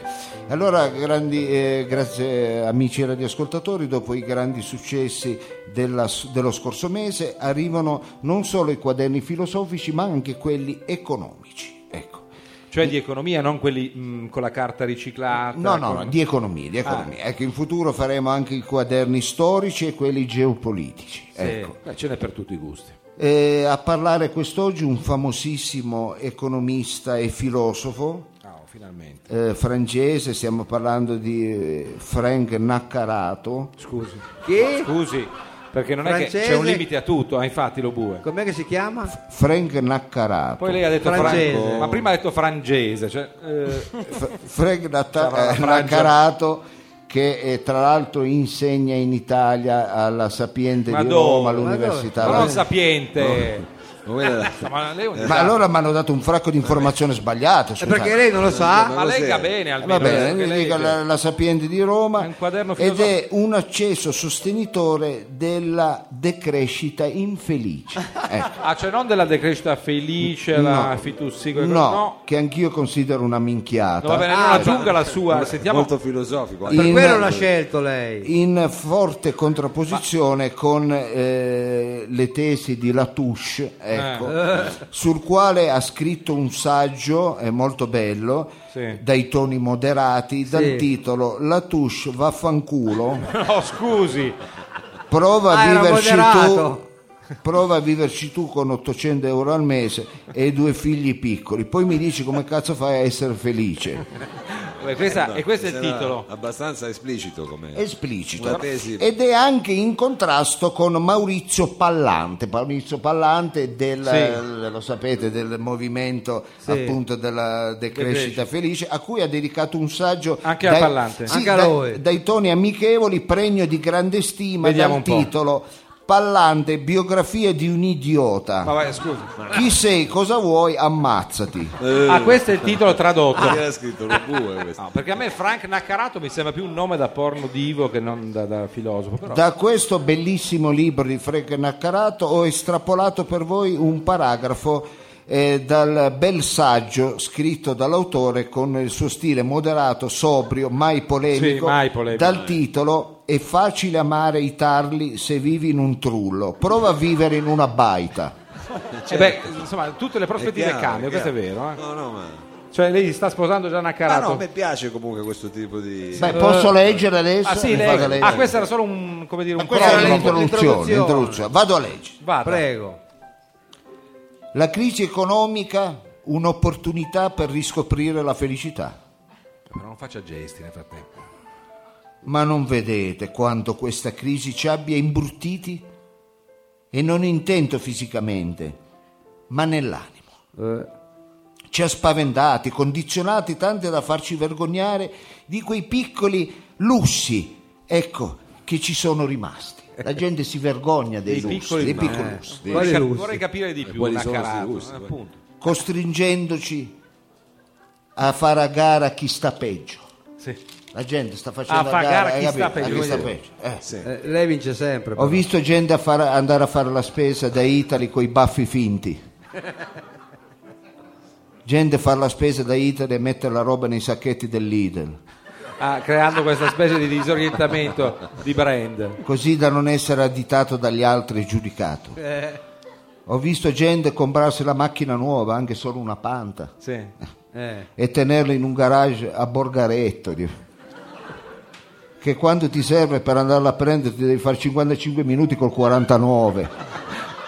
S2: Allora, grandi, eh, grazie eh, amici radioascoltatori, dopo i grandi successi della s- dello scorso mese arrivano non solo i quaderni filosofici ma anche quelli economici. Ecco.
S1: Cioè di economia, non quelli mh, con la carta riciclata.
S2: No, no,
S1: con-
S2: no, di economia, di economia.
S1: Ah.
S2: Ecco, in futuro faremo anche i quaderni storici e quelli geopolitici.
S1: Sì,
S2: Ecco.
S1: beh, ce n'è per tutti i gusti.
S2: Eh, a parlare quest'oggi un famosissimo economista e filosofo
S1: Ah, oh, finalmente.
S2: eh, francese, stiamo parlando di eh, Frank Naccarato.
S1: Scusi.
S4: Chi?
S1: Scusi, perché non è che c'è
S4: Francese.
S1: un limite a tutto, ah, infatti lo bue.
S2: Ecco.
S4: Com'è che si chiama?
S2: Frank Naccarato.
S1: Poi lei ha detto
S4: Francese.
S1: franco, ma prima ha detto francese, cioè, eh,
S2: F- Frank Natta-
S1: Sarà la
S2: eh,
S1: Francia.
S2: Naccarato che eh, tra l'altro insegna in Italia alla Sapiente
S1: Ma
S2: di
S1: dove?
S2: Roma,
S1: Ma
S2: all'Università.
S1: ma non sapiente.
S3: ma quella-
S1: Ma lei, è un-
S2: Ma allora mi hanno dato un fracco di informazioni sbagliate.
S4: Eh,
S2: scusate.
S4: Perché lei non lo sa.
S1: ma
S3: cos'è?
S1: legga bene
S2: Eh,
S1: almeno.
S2: Va bene,
S1: perché
S2: io
S1: lei-
S2: dico la, la Sapiente di Roma
S1: È un quaderno
S2: ed è
S1: filosofico.
S2: un acceso sostenitore della decrescita infelice. Ecco.
S1: Ah, cioè non della decrescita felice, la
S2: No.
S1: fitussico,
S2: No, Ah,
S1: no.
S2: che anch'io considero una
S1: No, va
S2: minchiata.
S1: bene, non aggiunga la sua, sentiamo
S3: Molto filosofico.
S2: In-
S4: Per quello l'ha scelto lei.
S2: in forte contrapposizione con eh, le tesi di Latouche,
S1: Eh.
S2: ecco, sul quale ha scritto un saggio eh, molto bello,
S1: Sì.
S2: dai toni moderati, dal
S4: Sì.
S2: titolo Latouche vaffanculo.
S1: No, scusi.
S2: Prova
S4: Ah,
S2: a
S4: era
S2: viverci
S4: moderato.
S2: tu. Prova a viverci tu con 800 euro al mese e due figli piccoli, poi mi dici come cazzo fai a essere felice.
S1: Beh, Eh, questa-
S3: No,
S1: e questo è il
S3: sarà
S1: titolo.
S3: Abbastanza esplicito come.
S2: esplicito
S3: Una tesi.
S2: ed è anche in contrasto con Maurizio Pallante Maurizio Pallante del,
S1: Sì.
S2: eh, lo sapete del movimento appunto della decrescita
S4: Decrescita.
S2: felice a cui ha dedicato un saggio
S1: Anche a Pallante.
S2: sì,
S4: Anche a
S2: dai-
S4: lui.
S2: dai toni amichevoli pregno di grande stima
S1: Vediamo
S2: dal
S1: un po'.
S2: titolo Pallante biografia di un idiota
S1: Ma vai, scusa.
S2: chi sei cosa vuoi ammazzati
S1: Ah, questo è il titolo tradotto.
S3: Era scritto lo bue questo.
S1: Ah. No, perché a me Frank Naccarato mi sembra più un nome da porno divo che non da, da filosofo. Però.
S2: Da questo bellissimo libro di Frank Naccarato ho estrapolato per voi un paragrafo eh, dal bel saggio scritto dall'autore con il suo stile moderato, sobrio, mai polemico,
S1: Sì, mai polemico.
S2: dal titolo È facile amare i tarli se vivi in un trullo, prova a vivere in una baita.
S1: Eh beh, insomma, tutte le
S3: È
S1: prospettive
S3: chiaro,
S1: cambiano,
S3: è
S1: questo è vero.
S3: chiaro.
S1: eh.
S3: No, no, ma.
S1: Cioè, lei sta sposando già
S3: Ah,
S1: Naccarato.
S3: no, a me piace comunque questo tipo di.
S2: Beh, posso leggere adesso?
S1: Eh, Ah, sì, Ah,
S2: Mi
S1: lei-
S2: fate leggere?
S1: ah, questo era solo un, come dire, un
S2: Questa era
S1: prologo.
S4: l'intro-
S2: l'introduzione,
S4: l'introduzione.
S2: l'introduzione. Vado a leggere.
S1: Vada.
S4: Prego.
S2: La crisi economica, un'opportunità per riscoprire la felicità.
S1: Però non faccia gesti nel frattempo.
S2: Ma non vedete quanto questa crisi ci abbia imbruttiti? E non intento fisicamente, ma nell'animo.
S1: Eh.
S2: Ci ha spaventati, condizionati tanto da farci vergognare di quei piccoli lussi, ecco, che ci sono rimasti. La gente si vergogna dei,
S1: Dei
S2: lussi,
S1: piccoli-
S2: dei
S1: ma- eh.
S2: piccoli lussi.
S1: Vorrei,
S4: Quali
S1: cap-
S4: lussi?
S1: vorrei capire di più
S3: quali sono
S1: Naccarato.
S3: questi lussi?
S1: eh, appunto.
S2: costringendoci a fare a gara chi sta peggio.
S1: Sì.
S2: La gente sta facendo
S1: A
S2: a,
S1: far gara
S2: gara,
S1: a
S2: hai
S1: chi sta
S2: capito?
S1: peggio.
S2: A chi sta peggio. Eh.
S3: Sì.
S4: Eh, lei vince sempre.
S2: Ho
S4: però.
S2: visto gente a far- andare a fare la spesa da Italy con i baffi finti. Gente fare la spesa da Italy e mettere la roba nei sacchetti del Lidl,
S1: Ah, creando questa specie di disorientamento di brand.
S2: così da non essere additato dagli altri e giudicato. Ho visto gente comprarsi la macchina nuova, anche solo una panta,
S1: Sì.
S4: Eh,
S2: e tenerla in un garage a Borgaretto. di- Che quando ti serve per andarla a prendere ti devi fare 55 minuti col 49.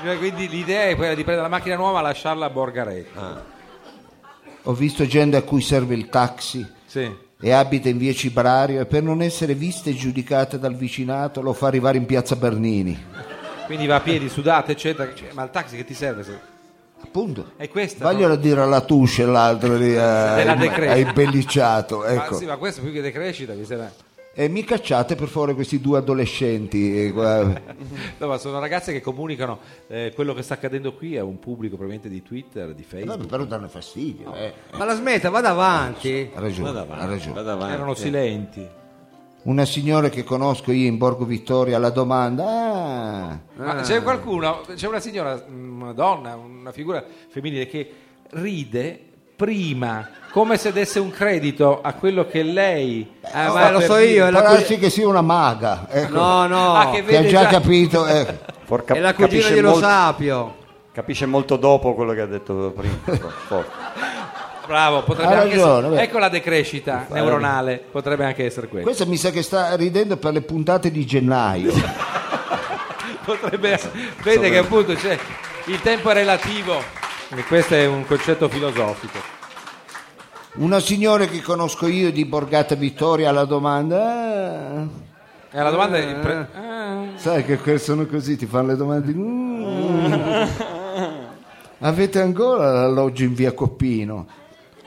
S1: Cioè, Quindi l'idea è quella di prendere la macchina nuova e lasciarla a Borgaretto.
S2: Ho visto gente a cui serve il taxi
S1: Sì.
S2: e abita in via Cibrario e per non essere vista e giudicata dal vicinato lo fa arrivare in piazza Bernini.
S1: Quindi va a piedi, sudate, eccetera. Cioè, ma il taxi che ti serve? se-
S2: Appunto.
S1: È questa,
S2: Voglio dire alla Tusce l'altro lì eh,
S1: decrescita.
S2: hai impellicciato.
S1: Ma,
S2: Ecco.
S1: Ah, sì, ma questo più che decrescita mi sembra.
S2: E mi cacciate per favore questi due adolescenti. eh, qua.
S1: No, ma sono ragazze che comunicano eh, quello che sta accadendo qui a un pubblico probabilmente di Twitter, di Facebook.
S2: Vabbè, però danno fastidio. eh.
S4: Ma la smetta, vada avanti.
S2: Ha ragione,
S1: eh,
S3: Vada
S2: ha
S3: avanti,
S2: ragione.
S3: vada avanti. Eh,
S1: Erano silenti.
S2: Una signora che conosco io in Borgo Vittoria alla domanda... "Ah,
S1: Ma c'è qualcuno, c'è una signora, mm, una donna, una figura femminile che ride prima come se desse un credito a quello che lei
S4: Eh,
S1: ah,
S4: ma lo
S1: per
S4: so
S1: dire.
S4: io, è la
S2: può
S4: cugina.
S2: darsi che sia una maga. Ecco.
S4: No, no,
S1: Ah, che
S2: Che ha
S1: vede
S2: già
S1: già-
S2: capito. ecco.
S5: Porca-
S4: è la cugina
S5: capisce
S4: di Lo
S5: molto-
S4: Sapio.
S5: Capisce molto dopo quello che ha detto prima. forse.
S1: Bravo, potrebbe
S2: Ha
S1: anche
S2: ragione,
S1: essere-
S2: beh.
S1: Ecco la decrescita neuronale, potrebbe anche essere quella.
S2: Questa mi sa che sta ridendo per le puntate di gennaio.
S1: Potrebbe-
S2: Esatto.
S1: vede che appunto c'è il tempo è relativo. E questo è un concetto filosofico.
S2: Una signora che conosco io di Borgata Vittoria alla domanda. "Ah,
S1: E la domanda è... pre-
S2: Eh.
S1: Ah.
S2: sai che que- sono così, ti fanno le domande. "Mm. Avete ancora l'alloggio in via Coppino?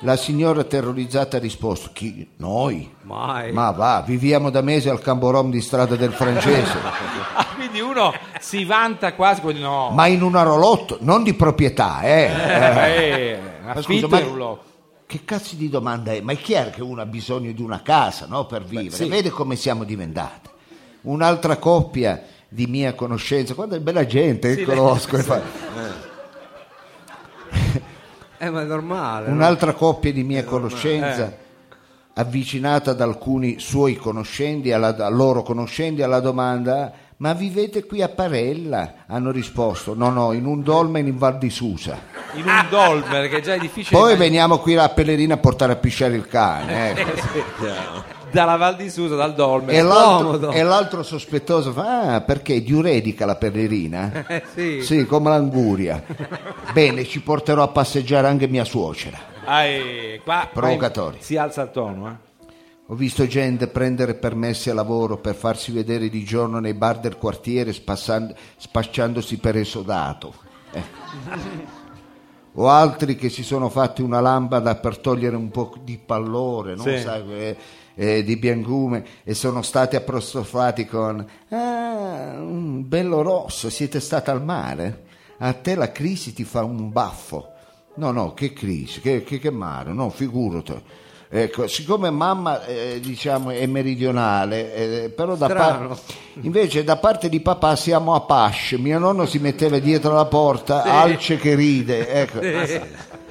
S2: La signora terrorizzata ha risposto: Chi? Noi?
S1: Eh.
S4: Mai.
S2: Ma va, viviamo da mesi al Camborom di strada del francese,
S1: Ah, quindi uno si vanta quasi come di no.
S2: ma in una rolotto, non di proprietà, eh.
S1: Eh, ma
S2: Ma
S1: affitto
S2: scusa, ma-
S1: e rullo.
S2: Che cazzo di domanda è? Ma è chiaro che uno ha bisogno di una casa no, per vivere, vede come siamo diventati. Un'altra coppia di mia conoscenza, guarda è bella gente, che conosco. fa-
S4: Eh, ma è normale. no?
S2: Un'altra coppia di mia conoscenza, avvicinata da alcuni suoi conoscenti, alla, da loro conoscenti, alla domanda: Ma vivete qui a Parella? Hanno risposto: No, no, in un dolmen in Val di Susa.
S1: in un dolmen che già è difficile
S2: Poi
S1: immaginare.
S2: veniamo qui a Pellerina a portare a pisciare il cane. ecco.
S1: dalla Val di Susa dal dolmen
S2: E l'altro,
S4: scomodo.
S2: e l'altro sospettoso fa: Ah, perché è diuredica la perlerina?
S4: Eh, sì.
S2: Sì, come l'anguria. Bene, ci porterò a passeggiare anche mia suocera.
S1: Ah, e qua, qua
S2: Provocatori.
S1: si alza il tono eh.
S2: Ho visto gente prendere permessi a lavoro per farsi vedere di giorno nei bar del quartiere spassan- spacciandosi per esodato. Eh. O altri che si sono fatti una lambada per togliere un po' di pallore, non
S1: Sì.
S2: sai, eh, eh, di biancume e sono stati apostrofati con ah, un bello rosso, siete stati al mare? A te la crisi ti fa un baffo. No, no, che crisi, che, che- che mare, no, figurati. Ecco, siccome mamma eh, diciamo è meridionale, eh, però da
S4: Strano.
S2: parte invece da parte di papà siamo a Pasce, mio nonno si metteva dietro la porta, alce che ride, ecco,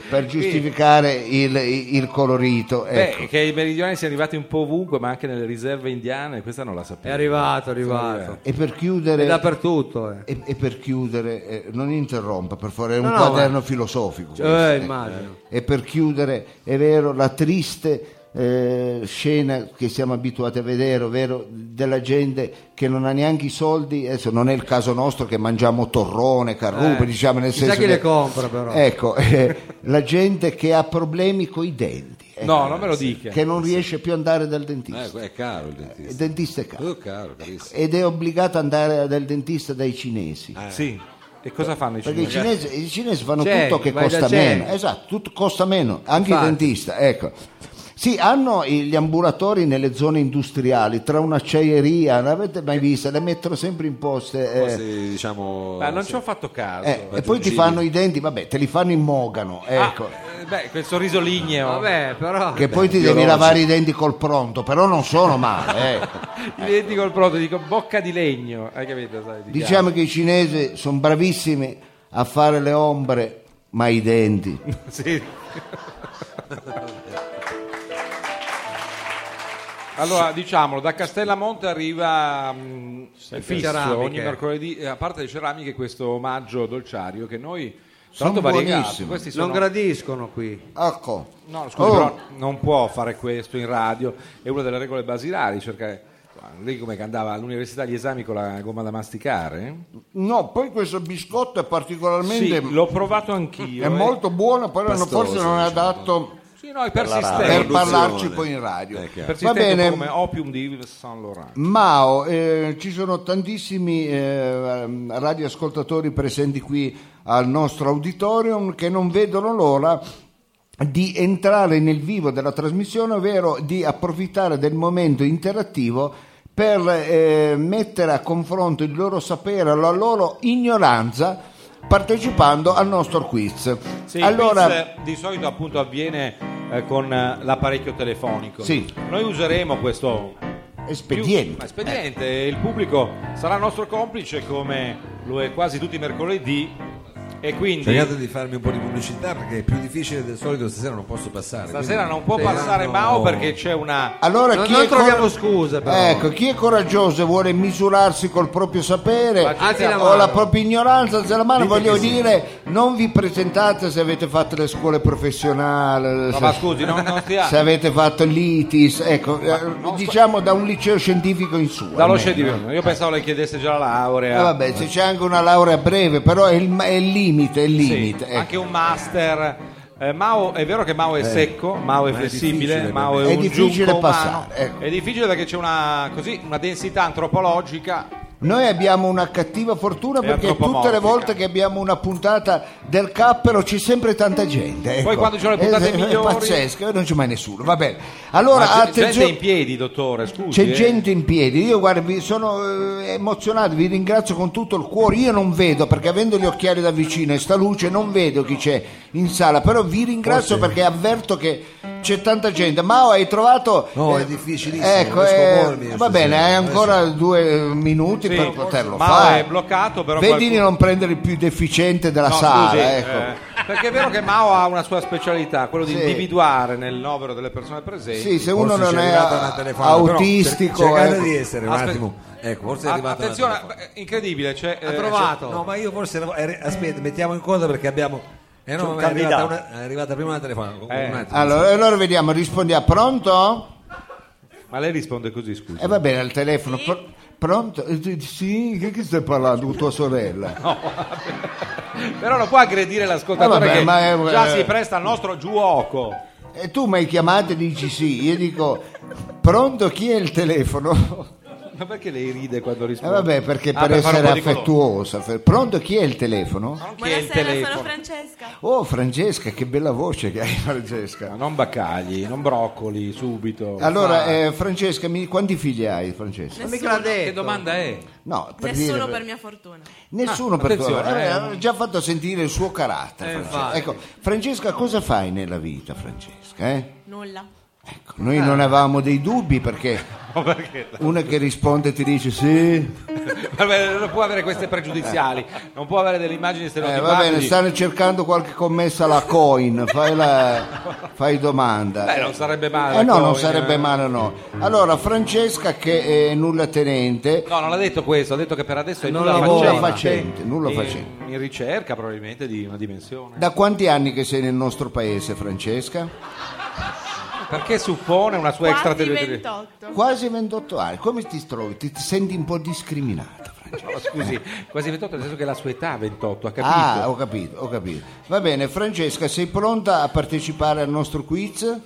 S2: per giustificare il, il colorito.
S1: Beh,
S2: Ecco.
S1: che i meridionali siano arrivati un po' ovunque, ma anche nelle riserve indiane, questa non la
S4: È
S1: sapevo.
S4: arrivato, è
S1: eh.
S4: arrivato.
S2: E per chiudere,
S4: È dappertutto. eh.
S2: e, e per chiudere eh, non interrompa, per favore, è un
S4: No, no,
S2: quaderno
S4: ma-
S2: filosofico.
S4: Eh,
S2: questo, ecco.
S4: immagino.
S2: E per chiudere, è vero, la triste eh, scena che siamo abituati a vedere, ovvero della gente che non ha neanche i soldi, adesso non è il caso nostro che mangiamo torrone, carrupe,
S4: Eh,
S2: diciamo nel
S4: chissà
S2: senso...
S4: chi
S2: che-
S4: le compra, però.
S2: Ecco, eh, la gente che ha problemi coi denti, ecco,
S1: No, non me lo dica.
S2: che non riesce più ad andare dal dentista.
S3: Eh, è caro il
S2: Il
S3: dentista.
S2: dentista è caro.
S1: Eh,
S3: Oh, caro, carissimo.
S2: Ed è obbligato ad andare dal dentista dai cinesi.
S1: Eh. Sì. E cosa fanno i
S2: Perché i
S1: cinesi? Cioè,
S2: cinesi, i cinesi fanno
S4: C'è,
S2: tutto che
S4: vai da
S2: costa
S4: c'è.
S2: meno, esatto, tutto costa meno, anche
S4: Infatti.
S2: il dentista, ecco. Sì, hanno i- gli ambulatori nelle zone industriali, tra un'acciaieria, non avete mai visto, le mettono sempre in poste. eh,
S3: Quasi, diciamo,
S1: Ma non
S3: sì.
S1: ci ho fatto caso.
S2: eh, e poi ti
S3: aggiungivi.
S2: fanno i denti, vabbè, te li fanno in mogano,
S1: Ah,
S2: ecco.
S1: eh, beh, quel sorriso ligneo.
S4: Vabbè, però...
S2: che poi ti devi
S3: biologico.
S2: lavare i denti col pronto, però non sono male, ecco.
S1: Identico al proto, eh, dico bocca di legno. Hai capito? Sai, di
S2: Diciamo che i cinesi sono bravissimi a fare le ombre, ma i denti.
S1: chiaro. Sì. Allora, diciamolo, da Castellamonte arriva mh, fisso
S4: ceramiche.
S1: ogni mercoledì, eh, a parte le ceramiche, questo omaggio dolciario che noi... Tra
S2: Sono
S1: l'altro variegato,
S2: buonissimi.
S1: questi sono...
S4: Non gradiscono qui.
S2: Ecco.
S1: No, scusi,
S2: Oh.
S1: però non può fare questo in radio, è una delle regole basilari, cercare... Lei come che andava all'università agli esami con la gomma da masticare?
S2: No, poi questo biscotto è particolarmente...
S1: Sì, l'ho provato anch'io.
S2: è
S1: eh.
S2: molto buono, però non-
S3: Pastoso,
S2: forse non è
S3: diciamo.
S2: adatto
S1: Sì, no, è
S2: per
S1: persistente.
S3: radio.
S2: parlarci poi in radio.
S3: Eh, chiaro.
S2: Va
S1: persistente
S2: bene,
S1: come Opium di Yves Saint Laurent.
S2: Mao, eh, ci sono tantissimi eh, radioascoltatori presenti qui al nostro auditorium che non vedono l'ora di entrare nel vivo della trasmissione, ovvero di approfittare del momento interattivo per eh, mettere a confronto il loro sapere, la loro ignoranza partecipando al nostro quiz.
S1: Sì,
S2: allora,
S1: il quiz, eh, di solito appunto avviene eh, con eh, l'apparecchio telefonico.
S2: Sì.
S1: Noi useremo questo
S2: Espediente. Eh.
S1: più- espediente. Il pubblico sarà nostro complice come lo è quasi tutti i mercoledì e quindi
S3: Cercate di farmi un po' di pubblicità perché è più difficile del solito, stasera non posso passare.
S1: stasera
S3: quindi-
S1: non può
S3: Sì,
S1: passare
S3: no.
S1: Mao perché c'è una
S2: allora
S4: Non,
S2: chi
S4: non
S2: è cor-
S4: troviamo scuse, però.
S2: Ecco, chi è coraggioso e vuole misurarsi col proprio sapere
S4: Alzi la
S2: o
S4: mano.
S2: la propria ignoranza, alza la mano, voglio dire, non vi presentate se avete fatto le scuole professionali,
S1: No,
S2: se,
S1: ma scusi, non, non
S4: ah.
S1: stia-
S2: se avete fatto l'ITIS, ecco, eh, diciamo da un liceo scientifico in su.
S1: dallo
S2: almeno.
S1: scedivino. Io pensavo le chiedesse già la laurea.
S2: Eh, vabbè, se c'è anche una laurea breve, però è il, è il limite, è il
S1: Sì,
S2: limite. ecco.
S1: anche un master. Eh, Mao è vero che Mao è secco, Mao è
S3: ma è
S1: flessibile,
S3: difficile,
S1: Mao è,
S2: è
S1: un
S2: difficile
S1: giunco
S2: passare,
S1: umano.
S2: ecco.
S1: È difficile perché c'è una, così, una densità antropologica.
S2: Noi abbiamo una cattiva fortuna
S1: È
S2: perché tutte le
S1: antropomorfica.
S2: volte che abbiamo una puntata del cappero c'è sempre tanta gente. ecco.
S1: quando ci sono le puntate
S2: Eh, sì,
S1: migliori-
S2: È pazzesco, eh, non c'è mai nessuno. Va bene. Allora,
S1: Ma c'è
S2: attenzio-
S1: gente in piedi, dottore, scusi.
S2: c'è
S1: eh.
S2: gente in piedi. Io guarda, vi sono eh, emozionato, vi ringrazio con tutto il cuore. Io non vedo perché avendo gli occhiali da vicino e sta luce non vedo chi c'è in sala, però vi ringrazio perché avverto che c'è tanta gente. Ma hai trovato
S3: No,
S2: eh,
S3: è difficilissimo,
S2: Ecco,
S3: non riesco a
S2: eh,
S3: muovermi,
S2: va bene,
S3: stasera.
S2: hai ancora due minuti
S1: Sì,
S2: per poterlo
S1: Mao
S2: fare.
S1: è bloccato, però
S2: Vedi di
S1: qualcuno-
S2: non prendere il più deficiente della
S1: No,
S2: sala,
S1: scusi,
S2: ecco.
S1: eh, perché è vero che Mao ha una sua specialità, quello di
S2: Sì.
S1: individuare nel novero delle persone presenti.
S2: Sì, se
S3: eh, Forse
S2: uno
S3: ci
S2: non è
S3: arrivata una telefonata, però
S2: autistico,
S3: cer- cercate
S2: ecco.
S3: di essere un
S1: Aspe-
S3: attimo. Ecco, forse è
S1: A-
S3: arrivata una
S1: attenzione,
S3: telefonata.
S1: eh, incredibile, c'è,
S4: Ha
S1: eh,
S4: trovato.
S3: cioè, No, ma io forse ero- ero- aspetta, mettiamo in conto perché abbiamo eh
S5: C'è
S3: no,
S5: un
S3: ma è, arrivata
S5: candidato.
S3: una- è arrivata prima una telefonata.
S1: Eh.
S3: Un attimo.
S2: Allora, allora vediamo, rispondiamo. Pronto?
S1: c'è- Ma lei risponde così, scusi.
S2: E Eh, va bene, al telefono. Pr- pronto? Eh, sì, Sì, che, che stai parlando? Con Tua sorella?
S1: Però non può aggredire
S2: Eh,
S1: l'ascoltatore
S2: vabbè,
S1: che
S2: ma è-
S1: già
S2: eh.
S1: si presta al nostro giuoco.
S2: E tu mi hai chiamato e dici sì, io dico Pronto, chi è il telefono?
S1: Ma perché lei ride quando
S2: Eh,
S1: risponde?
S2: vabbè, perché
S1: Ah,
S2: per
S1: fare un
S2: essere
S1: po' di colore.
S2: affettuosa. fe- Pronto, chi è il telefono?
S1: Chi è il
S7: Buonasera, sono
S1: telefono?
S7: Francesca.
S2: Oh, Francesca, che bella voce che hai, Francesca.
S1: Ma Non baccagli, non broccoli, subito.
S2: Allora, eh, Francesca, mi- quanti figli hai, Francesca?
S7: Nessuno,
S4: mica l'ha
S2: eh,
S1: che
S4: detto.
S1: domanda è?
S2: No, per
S7: nessuno
S2: dire-
S7: per mia fortuna.
S2: Nessuno
S1: Ah,
S2: per
S1: attenzione,
S2: favore.
S1: eh,
S2: Vabbè,
S1: no.
S2: ha già fatto sentire il suo carattere. Francesca.
S4: infatti.
S2: Ecco, Francesca, cosa fai nella vita, Francesca? eh?
S7: Nulla.
S2: Ecco, noi
S1: Ah.
S2: non avevamo dei dubbi perché, una che risponde ti dice sì,
S1: Vabbè, non può avere queste pregiudiziali, non può avere delle immagini
S2: eh, va
S1: stereotipate.
S2: bene,
S1: di-
S2: stanno cercando qualche commessa alla coin, fai, la, fai domanda.
S1: Beh, non sarebbe male.
S2: Eh no, non
S1: Coin,
S2: sarebbe
S1: eh.
S2: male no. Allora, Francesca che è nulla tenente,
S1: No, non ha detto questo, ha detto che per adesso è
S4: Non
S1: nulla
S4: lavora.
S1: facente.
S2: nulla facente, nulla
S1: In-
S2: facente.
S1: In ricerca probabilmente di una dimensione.
S2: Da quanti anni che sei nel nostro paese, Francesca?
S1: Perché suppone una sua
S7: Quasi
S1: extraterritorialità?
S7: 28.
S2: Quasi 28 anni, come ti trovi? Ti, ti senti un po' discriminata, Francesca?
S1: No, scusi, quasi 28 nel senso che è la sua età 28, ha capito?
S2: Ah, ho capito, ho capito. Va bene, Francesca, sei pronta a partecipare al nostro quiz?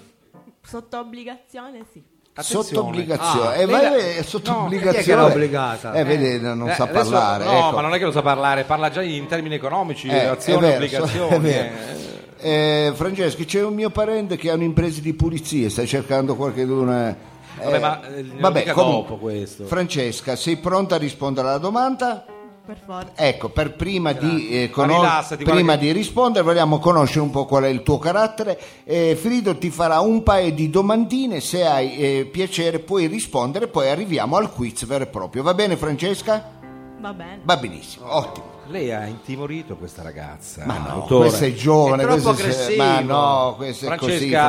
S7: Sotto obbligazione, sì.
S1: Attenzione.
S2: Sotto obbligazione.
S1: Ah, lei
S2: eh, vai,
S1: la-
S2: eh, sotto
S1: no,
S2: obbligazione.
S4: chi è che l'ha obbligata?
S2: Eh, vedi, non
S1: Eh,
S2: sa
S1: adesso-
S2: parlare.
S1: No,
S2: ecco.
S1: ma non è che lo sa parlare, parla già in termini economici,
S2: Eh, è
S1: azioni,
S2: vero,
S1: obbligazioni.
S2: è vero.
S1: eh.
S2: Eh, Francesca, c'è un mio parente che ha un'impresa di pulizie, sta cercando qualche d'una...
S1: Vabbè, ma, eh, glielo dica dopo questo.
S2: Francesca, sei pronta a rispondere alla domanda?
S7: Per forza.
S2: Ecco, per prima, di, eh, conos-
S1: Ma rilassati, guarda
S2: prima
S1: che-
S2: di rispondere vogliamo conoscere un po' qual è il tuo carattere. Eh, Frido ti farà un paio di domandine, se hai eh, piacere puoi rispondere, poi arriviamo al quiz vero e proprio. Va bene Francesca?
S7: Va bene.
S2: Va benissimo, ottimo.
S1: Lei ha intimorito questa ragazza.
S2: Ma no,
S1: dottore.
S2: questa è giovane,
S4: È troppo
S2: questa è-
S4: aggressivo.
S2: ma no, questa è così
S1: Francesca-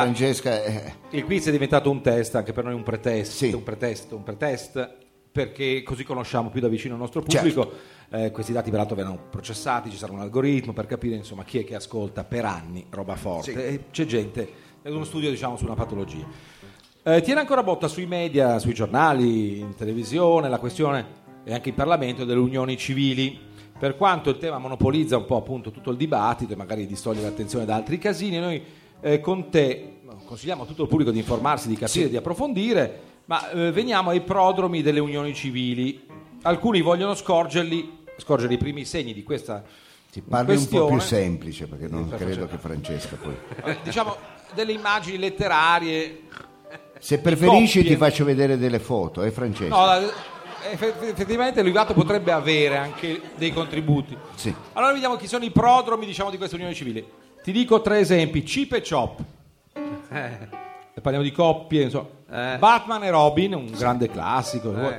S2: Francesca. eh.
S1: Il quiz è diventato un test, anche per noi un pretesto,
S2: Sì.
S1: un pretesto, un pretest, perché così conosciamo più da vicino il nostro
S2: Certo.
S1: pubblico. Eh, questi dati peraltro verranno processati, ci sarà un algoritmo per capire insomma chi è che ascolta per anni roba forte. E c'è gente, è uno studio diciamo su una patologia. Eh, tiene ancora botta sui media, sui giornali, in televisione, la questione e anche in Parlamento delle unioni civili. Per quanto il tema monopolizza un po' appunto tutto il dibattito e magari distoglie l'attenzione da altri casini, noi eh, con te no, consigliamo a tutto il pubblico di informarsi, di capire, di approfondire, ma eh, veniamo ai prodromi delle unioni civili. Alcuni vogliono scorgerli, scorgere i primi segni di questa
S2: Parli un po' più
S1: questione. certo.
S2: semplice perché non credo che Francesca poi...
S1: Eh, diciamo delle immagini letterarie
S2: Se preferisci
S1: Coppie.
S2: ti faccio vedere delle foto, eh Francesca?
S1: No, la- eff- effettivamente Luigato potrebbe avere anche dei contributi.
S2: Sì.
S1: Allora vediamo chi sono i prodromi diciamo, di questa unione civile. Ti dico tre esempi: Chip e Chop. E Parliamo di coppie, insomma.
S4: Eh.
S1: Batman e Robin, un grande classico. se
S4: Eh.
S1: vuoi.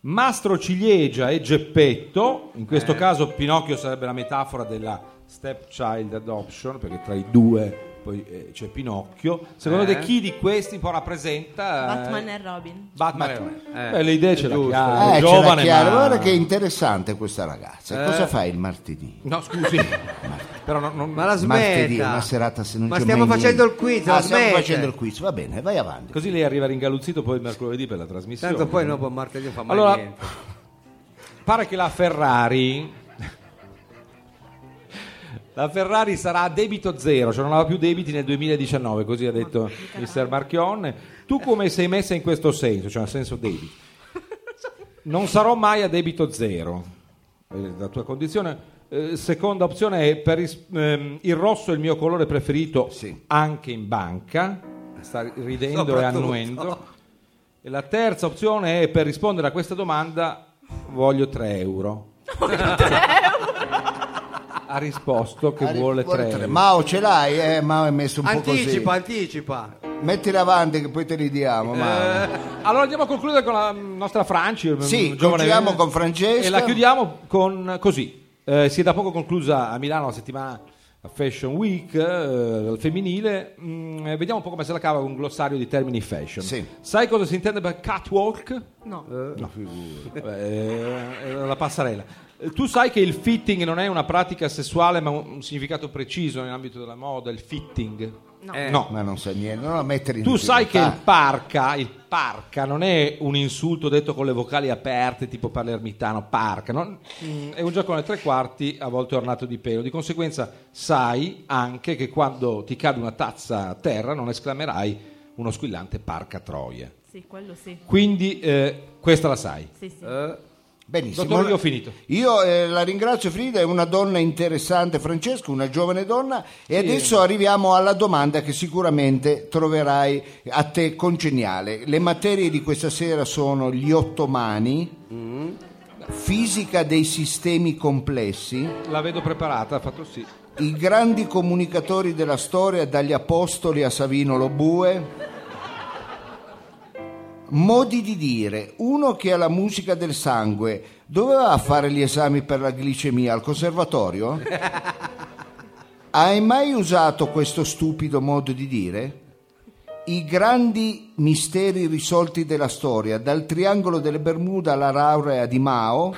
S1: Mastro Ciliegia e Geppetto, in
S4: Eh.
S1: questo caso Pinocchio sarebbe la metafora della stepchild adoption, perché tra i due poi eh, c'è Pinocchio. Secondo
S4: Eh.
S1: te chi di questi un po' rappresenta? eh,
S7: Batman e Robin.
S1: Batman,
S4: Eh,
S1: Beh, le idee ce l'ha
S4: giusto.
S1: chiara,
S2: Eh,
S1: è
S2: ce l'ha
S1: giovane
S2: chiaro.
S1: ma-
S2: Guarda che interessante questa ragazza.
S4: Eh.
S2: Cosa fai il martedì?
S1: No, scusi. Però non, non-
S4: Ma la smetta.
S2: Martedì, una serata se non
S4: Ma
S2: c'è
S4: stiamo
S2: mai
S4: facendo
S2: niente.
S4: il quiz,
S2: Ah,
S4: la
S2: stiamo
S4: smette.
S2: facendo il quiz, va bene, vai avanti.
S1: Così lei arriva ringaluzzito poi il mercoledì per la trasmissione.
S4: Tanto poi dopo martedì non fa mai
S1: Allora,
S4: niente.
S1: pare che la Ferrari la Ferrari sarà a debito zero, cioè non aveva più debiti nel 2019, così ha detto Mr. Marchionne. Tu come sei messa in questo senso, cioè nel senso debiti? Non sarò mai a debito zero, eh, la tua condizione. Eh, seconda opzione è per is- ehm, il rosso è il mio colore preferito
S2: Sì.
S1: anche in banca, sta ridendo e
S4: Soprattutto.
S1: annuendo. E la terza opzione è per rispondere a questa domanda voglio 3 euro. ha risposto che vuole 3 euro.
S2: Mao ce l'hai, eh, Mao è messo un
S4: Anticipa,
S2: po'
S4: anticipa.
S2: così. Eh Mettila avanti che poi te li diamo,
S4: Eh.
S2: Mao.
S1: Allora andiamo a concludere con la mm, nostra Franci. mm,
S2: Sì,
S1: giovane-
S2: continuiamo con Francesca.
S1: E la chiudiamo con così. Eh, si è da poco conclusa a Milano la settimana Fashion Week eh, al femminile. Mm, eh, vediamo un po' come se la cava con un glossario di termini fashion.
S2: Sì.
S1: Sai cosa si intende per catwalk?
S7: No.
S1: Eh, eh, la passerella. Eh, Tu sai che il fitting non è una pratica sessuale, ma un un significato preciso nell'ambito della moda, il fitting.
S7: No.
S4: Eh,
S1: No.
S2: Ma non sa niente, non la mettere in
S1: Tu sai che il
S2: difficoltà.
S1: parca, il parca non è un insulto detto con le vocali aperte, tipo palermitano, parca, no? Mm, è un giocone a tre quarti, a volte ornato di pelo. Di conseguenza sai anche che quando ti cade una tazza a terra non esclamerai uno squillante parca troia.
S7: Sì. sì, quello sì.
S1: Quindi eh, questa la sai.
S7: Sì, sì.
S2: Benissimo.
S1: Dottore, io ho finito.
S2: Io, eh, la ringrazio, Frida, è una donna interessante, Francesco, una giovane donna. E adesso arriviamo alla domanda che sicuramente troverai a te congeniale. Le materie di questa sera sono gli ottomani,
S1: Mm.
S2: fisica dei sistemi complessi,
S1: La vedo preparata, ha fatto sì.
S2: i grandi comunicatori della storia, dagli apostoli a Savino Lobue. Modi di dire, uno che ha la musica del sangue, doveva fare gli esami per la glicemia al conservatorio? Hai mai usato questo stupido modo di dire? I grandi misteri risolti della storia, dal triangolo delle Bermuda alla laurea di Mao.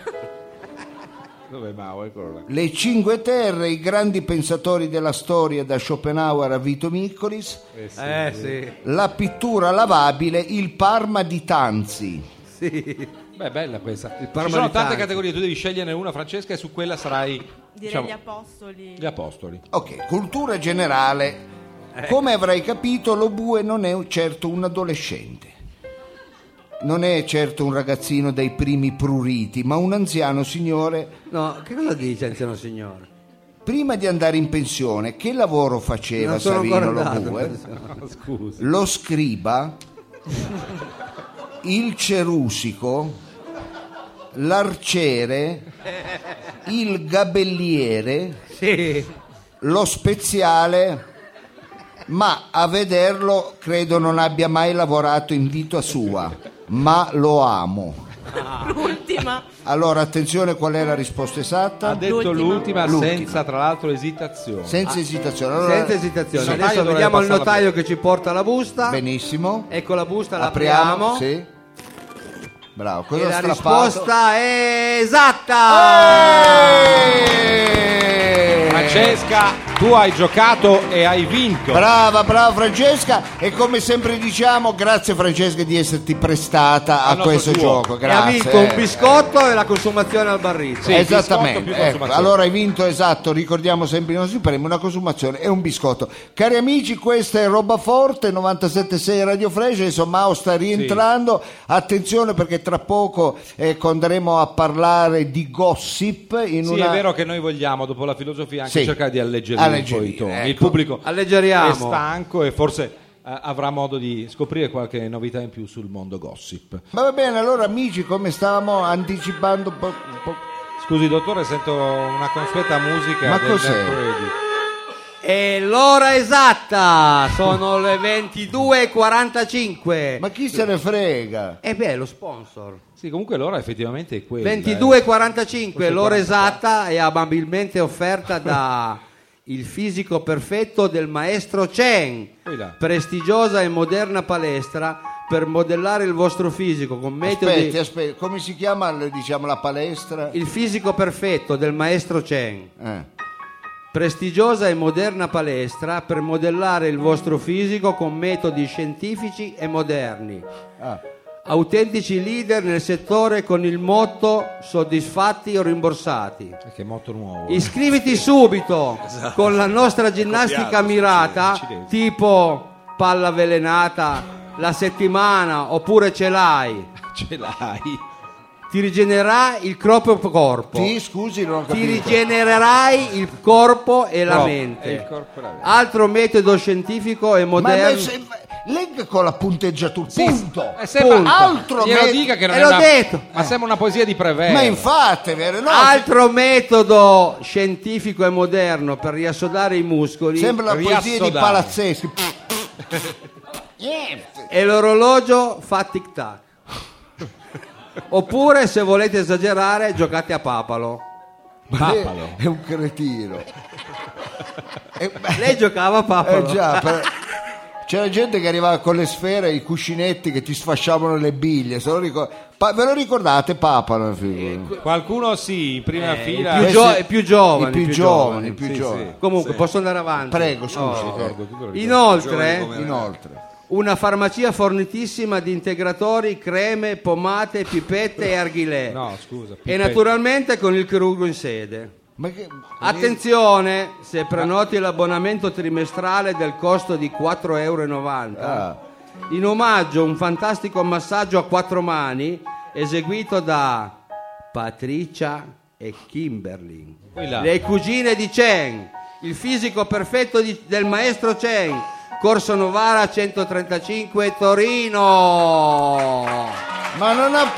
S1: Dov'è Mao? Eccolo là.
S2: Le Cinque Terre, i grandi pensatori della storia da Schopenhauer a Vito Miccolis,
S4: Eh sì,
S2: la pittura lavabile, il Parma di Tanzi.
S1: Beh, è bella questa.
S4: Parma
S1: Ci sono
S4: di
S1: tante
S4: Tanti.
S1: categorie, tu devi sceglierne una, Francesca, e su quella sarai
S7: Direi
S1: diciamo,
S7: gli apostoli.
S1: gli apostoli.
S2: Ok, cultura generale.
S4: Ecco.
S2: Come avrai capito, Lobue non è certo un adolescente. Non è certo un ragazzino dai primi pruriti, ma un anziano signore.
S4: no, che cosa dice anziano signore?
S2: Prima di andare in pensione, che lavoro faceva
S4: Non sono
S2: Eh, Savino
S4: ancora andato.
S2: Lobue?
S1: Ah, Scusa.
S2: lo scriba, il cerusico, l'arciere, il gabelliere,
S4: Sì,
S2: lo speziale, ma a vederlo credo non abbia mai lavorato in vita sua, ma lo amo.
S7: L'ultima.
S2: Allora attenzione qual è la risposta
S1: Ha
S2: esatta?
S1: detto l'ultima,
S7: L'ultima.
S1: senza tra l'altro esitazione.
S2: Senza esitazione. Allora,
S4: Ah, senza esitazione.
S1: Il notaio
S4: Adesso
S1: dovrebbe
S4: vediamo il
S1: passare la
S4: notaio che ci porta la busta.
S2: Benissimo.
S4: Ecco la busta, la
S2: Apriamo.
S4: apriamo.
S2: Sì. Bravo, cosa
S4: E
S2: ha
S4: la
S2: strappato?
S4: risposta è
S2: Eh!
S4: esatta!
S1: Francesca, tu hai giocato e hai vinto.
S2: Brava, brava Francesca e come sempre diciamo grazie Francesca di esserti prestata a
S1: Al nostro
S2: questo
S1: duo.
S2: gioco,
S4: E ha
S2: grazie.
S4: vinto un biscotto e la consumazione al barrito.
S1: Sì, biscotto
S2: Esattamente,
S1: più
S2: ecco,
S1: consumazione.
S2: allora hai vinto esatto, ricordiamo sempre i nostri premi, una consumazione e un biscotto. Cari amici, questa è Roba Forte, 97.6 Radio Flash, insomma Mao sta rientrando, attenzione perché tra poco ecco, andremo a parlare di gossip in
S1: Sì,
S2: una...
S1: è vero che noi vogliamo, dopo la filosofia, anche
S2: Sì.
S1: cercare di alleggerire,
S2: Alleggerire,
S1: un po' i toni.
S2: ecco.
S1: Il pubblico
S4: Alleggeriamo.
S1: è stanco e forse eh, avrà modo di scoprire qualche novità in più sul mondo gossip.
S2: Ma va bene, allora amici, come stavamo anticipando un po'... un po'-
S1: Scusi, dottore, sento una consueta musica
S2: Ma
S1: del
S2: cos'è?
S1: mercoledì.
S4: E l'ora esatta sono le 22.45.
S2: Ma chi se ne frega?
S4: E Eh beh, lo sponsor.
S1: Sì, comunque l'ora effettivamente è quella. eh.
S4: 22.45, l'ora
S1: 44.
S4: esatta è amabilmente offerta da il fisico perfetto del maestro Chen,
S1: Poi là.
S4: prestigiosa e moderna palestra per modellare il vostro fisico con metodi...
S2: Aspetti, aspetti, come si chiama le- diciamo, la palestra?
S4: Il fisico perfetto del maestro Chen,
S2: Eh.
S4: prestigiosa e moderna palestra per modellare il vostro fisico con metodi scientifici e moderni.
S2: Ah.
S4: Autentici leader nel settore con il motto soddisfatti o rimborsati.
S1: Eh, Che moto nuovo. eh.
S4: Iscriviti subito
S2: Esatto.
S4: con la nostra ginnastica mirata,
S1: incidente.
S4: tipo palla avvelenata la settimana oppure ce l'hai.
S1: Ce l'hai.
S4: Ti rigenererà il proprio corpo.
S2: Sì, scusi, non ho
S4: Ti
S2: capito.
S4: rigenererai il corpo e la
S1: Corpo,
S4: mente.
S1: e il corpo e la mente.
S4: Altro metodo scientifico e
S2: Ma
S4: moderno.
S2: adesso- legga con la punteggiatura, punto.
S1: Eh, sembra-
S2: Punto. Altro
S1: Glielo
S2: me-
S1: dica che non
S4: e
S1: è
S4: l'ho
S1: una-
S4: detto.
S1: Ma sembra una poesia di Prevere.
S2: Ma infatti, vero? No,
S4: Altro metodo scientifico e moderno per riassodare i muscoli
S2: sembra la poesia di
S1: riassodare.
S2: Palazzeschi.
S4: e l'orologio fa tic tac. Oppure, se volete esagerare, giocate a papalo.
S1: Papalo.
S2: È un cretino. Eh, ma-
S4: Lei giocava a papalo.
S2: eh, già, per- C'era gente che arrivava con le sfere e i cuscinetti che ti sfasciavano le biglie. se lo ricor- pa- ve lo ricordate, Papano? figura?
S1: Qualcuno sì, in prima fila.
S4: più
S2: Eh,
S4: gio-
S2: sì.
S4: i più giovani,
S2: I più,
S4: più
S2: giovani, i più
S1: sì,
S2: giovani.
S4: Comunque, posso andare avanti.
S2: Prego, scusi.
S4: Oh.
S2: prego.
S3: Giovani come-
S4: Inoltre,
S2: Inoltre.
S4: una farmacia fornitissima di integratori, creme, pomate, pipette e arghilè.
S1: No, scusa.
S4: E
S1: Pippetto.
S4: naturalmente con il chirurgo in sede.
S2: Ma che...
S4: Attenzione, se prenoti l'abbonamento trimestrale del costo di 4,90 euro,
S2: Ah.
S4: in omaggio un fantastico massaggio a quattro mani eseguito da Patricia e Kimberly,
S1: Poi là.
S4: le cugine di Chen, il fisico perfetto di- del maestro Chen, Corso Novara 135 Torino.
S2: Ma non ha.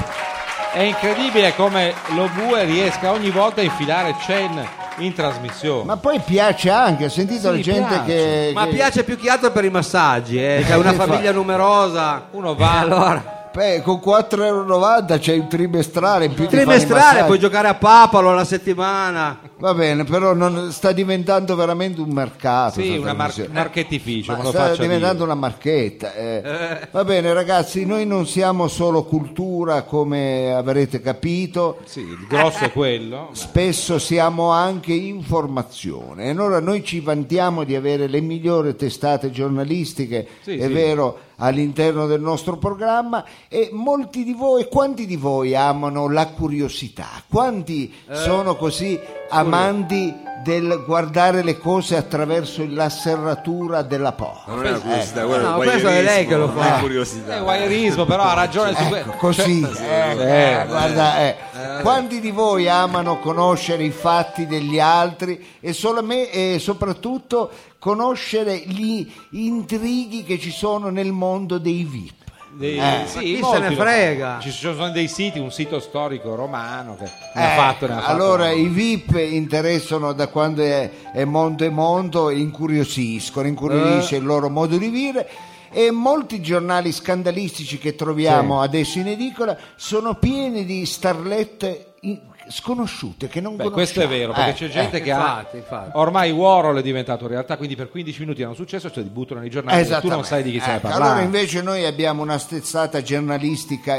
S1: È incredibile come lo bue riesca ogni volta a infilare Chen in trasmissione.
S2: Ma poi piace anche, ho sentito
S1: Sì,
S2: la gente
S1: piace.
S2: Ah, che.
S4: Ma
S2: che-
S4: piace più che altro per i massaggi, eh. c'è una famiglia numerosa.
S1: Uno va-
S4: Eh, allora.
S2: Beh, con 4,90 euro c'è il trimestrale in più. ti fanno i
S4: Trimestrale,
S2: massaggi.
S4: puoi giocare a papalo alla settimana.
S2: Va bene, però non- sta diventando veramente un mercato.
S1: Sì,
S2: sta
S1: una mar-
S2: trasmissione.
S1: un archetificio,
S2: Ma
S1: me lo
S2: sta
S1: faccia
S2: diventando
S1: dire.
S2: una marchetta. eh. Va bene, ragazzi, noi non siamo solo cultura, come avrete capito.
S1: Sì, il grosso è quello.
S2: Spesso siamo anche informazione. E allora noi ci vantiamo di avere le migliori testate giornalistiche,
S1: Sì,
S2: è
S1: sì.
S2: vero, all'interno del nostro programma e molti di voi, quanti di voi amano la curiosità? Quanti
S1: Eh.
S2: sono così amanti del guardare le cose attraverso la serratura della porta?
S3: Ma non è una curiosità, quello
S4: No,
S3: è un
S4: questo è lei che lo
S3: voyeurismo, non
S4: fa.
S3: è
S1: È
S3: curiosità. eh.
S1: guairismo, però ha ragione su
S2: Ecco,
S1: que-
S2: così, ecco,
S1: Eh,
S2: eh, guarda, eh. quanti di voi amano conoscere i fatti degli altri e, solame- e soprattutto conoscere gli intrighi che ci sono nel mondo dei VIP?
S1: Dei-
S2: Eh,
S1: sì,
S4: ma chi
S1: molti
S4: se ne
S1: lo
S4: frega?
S1: fanno. Ci sono dei siti, un sito storico romano che ne
S2: Eh,
S1: ha fatto, ne ha fatto.
S2: allora i VIP interessano da quando è, è mondo e mondo, incuriosiscono,
S1: Eh.
S2: incuriosisce il loro modo di vivere e molti giornali scandalistici che troviamo adesso in edicola sono pieni di starlette in- sconosciute che non
S1: Beh,
S2: conosciamo.
S1: questo è vero, perché
S2: Eh,
S1: c'è gente
S4: eh,
S1: che
S4: infatti,
S1: ha.
S4: infatti.
S1: Ormai Warhol è diventato realtà, quindi per 15 minuti hanno successo, cioè ti buttano nei giornali e tu non
S2: Esattamente.
S1: sai di chi stai
S2: Ecco,
S1: parlando.
S2: Allora invece noi abbiamo una stezzata giornalistica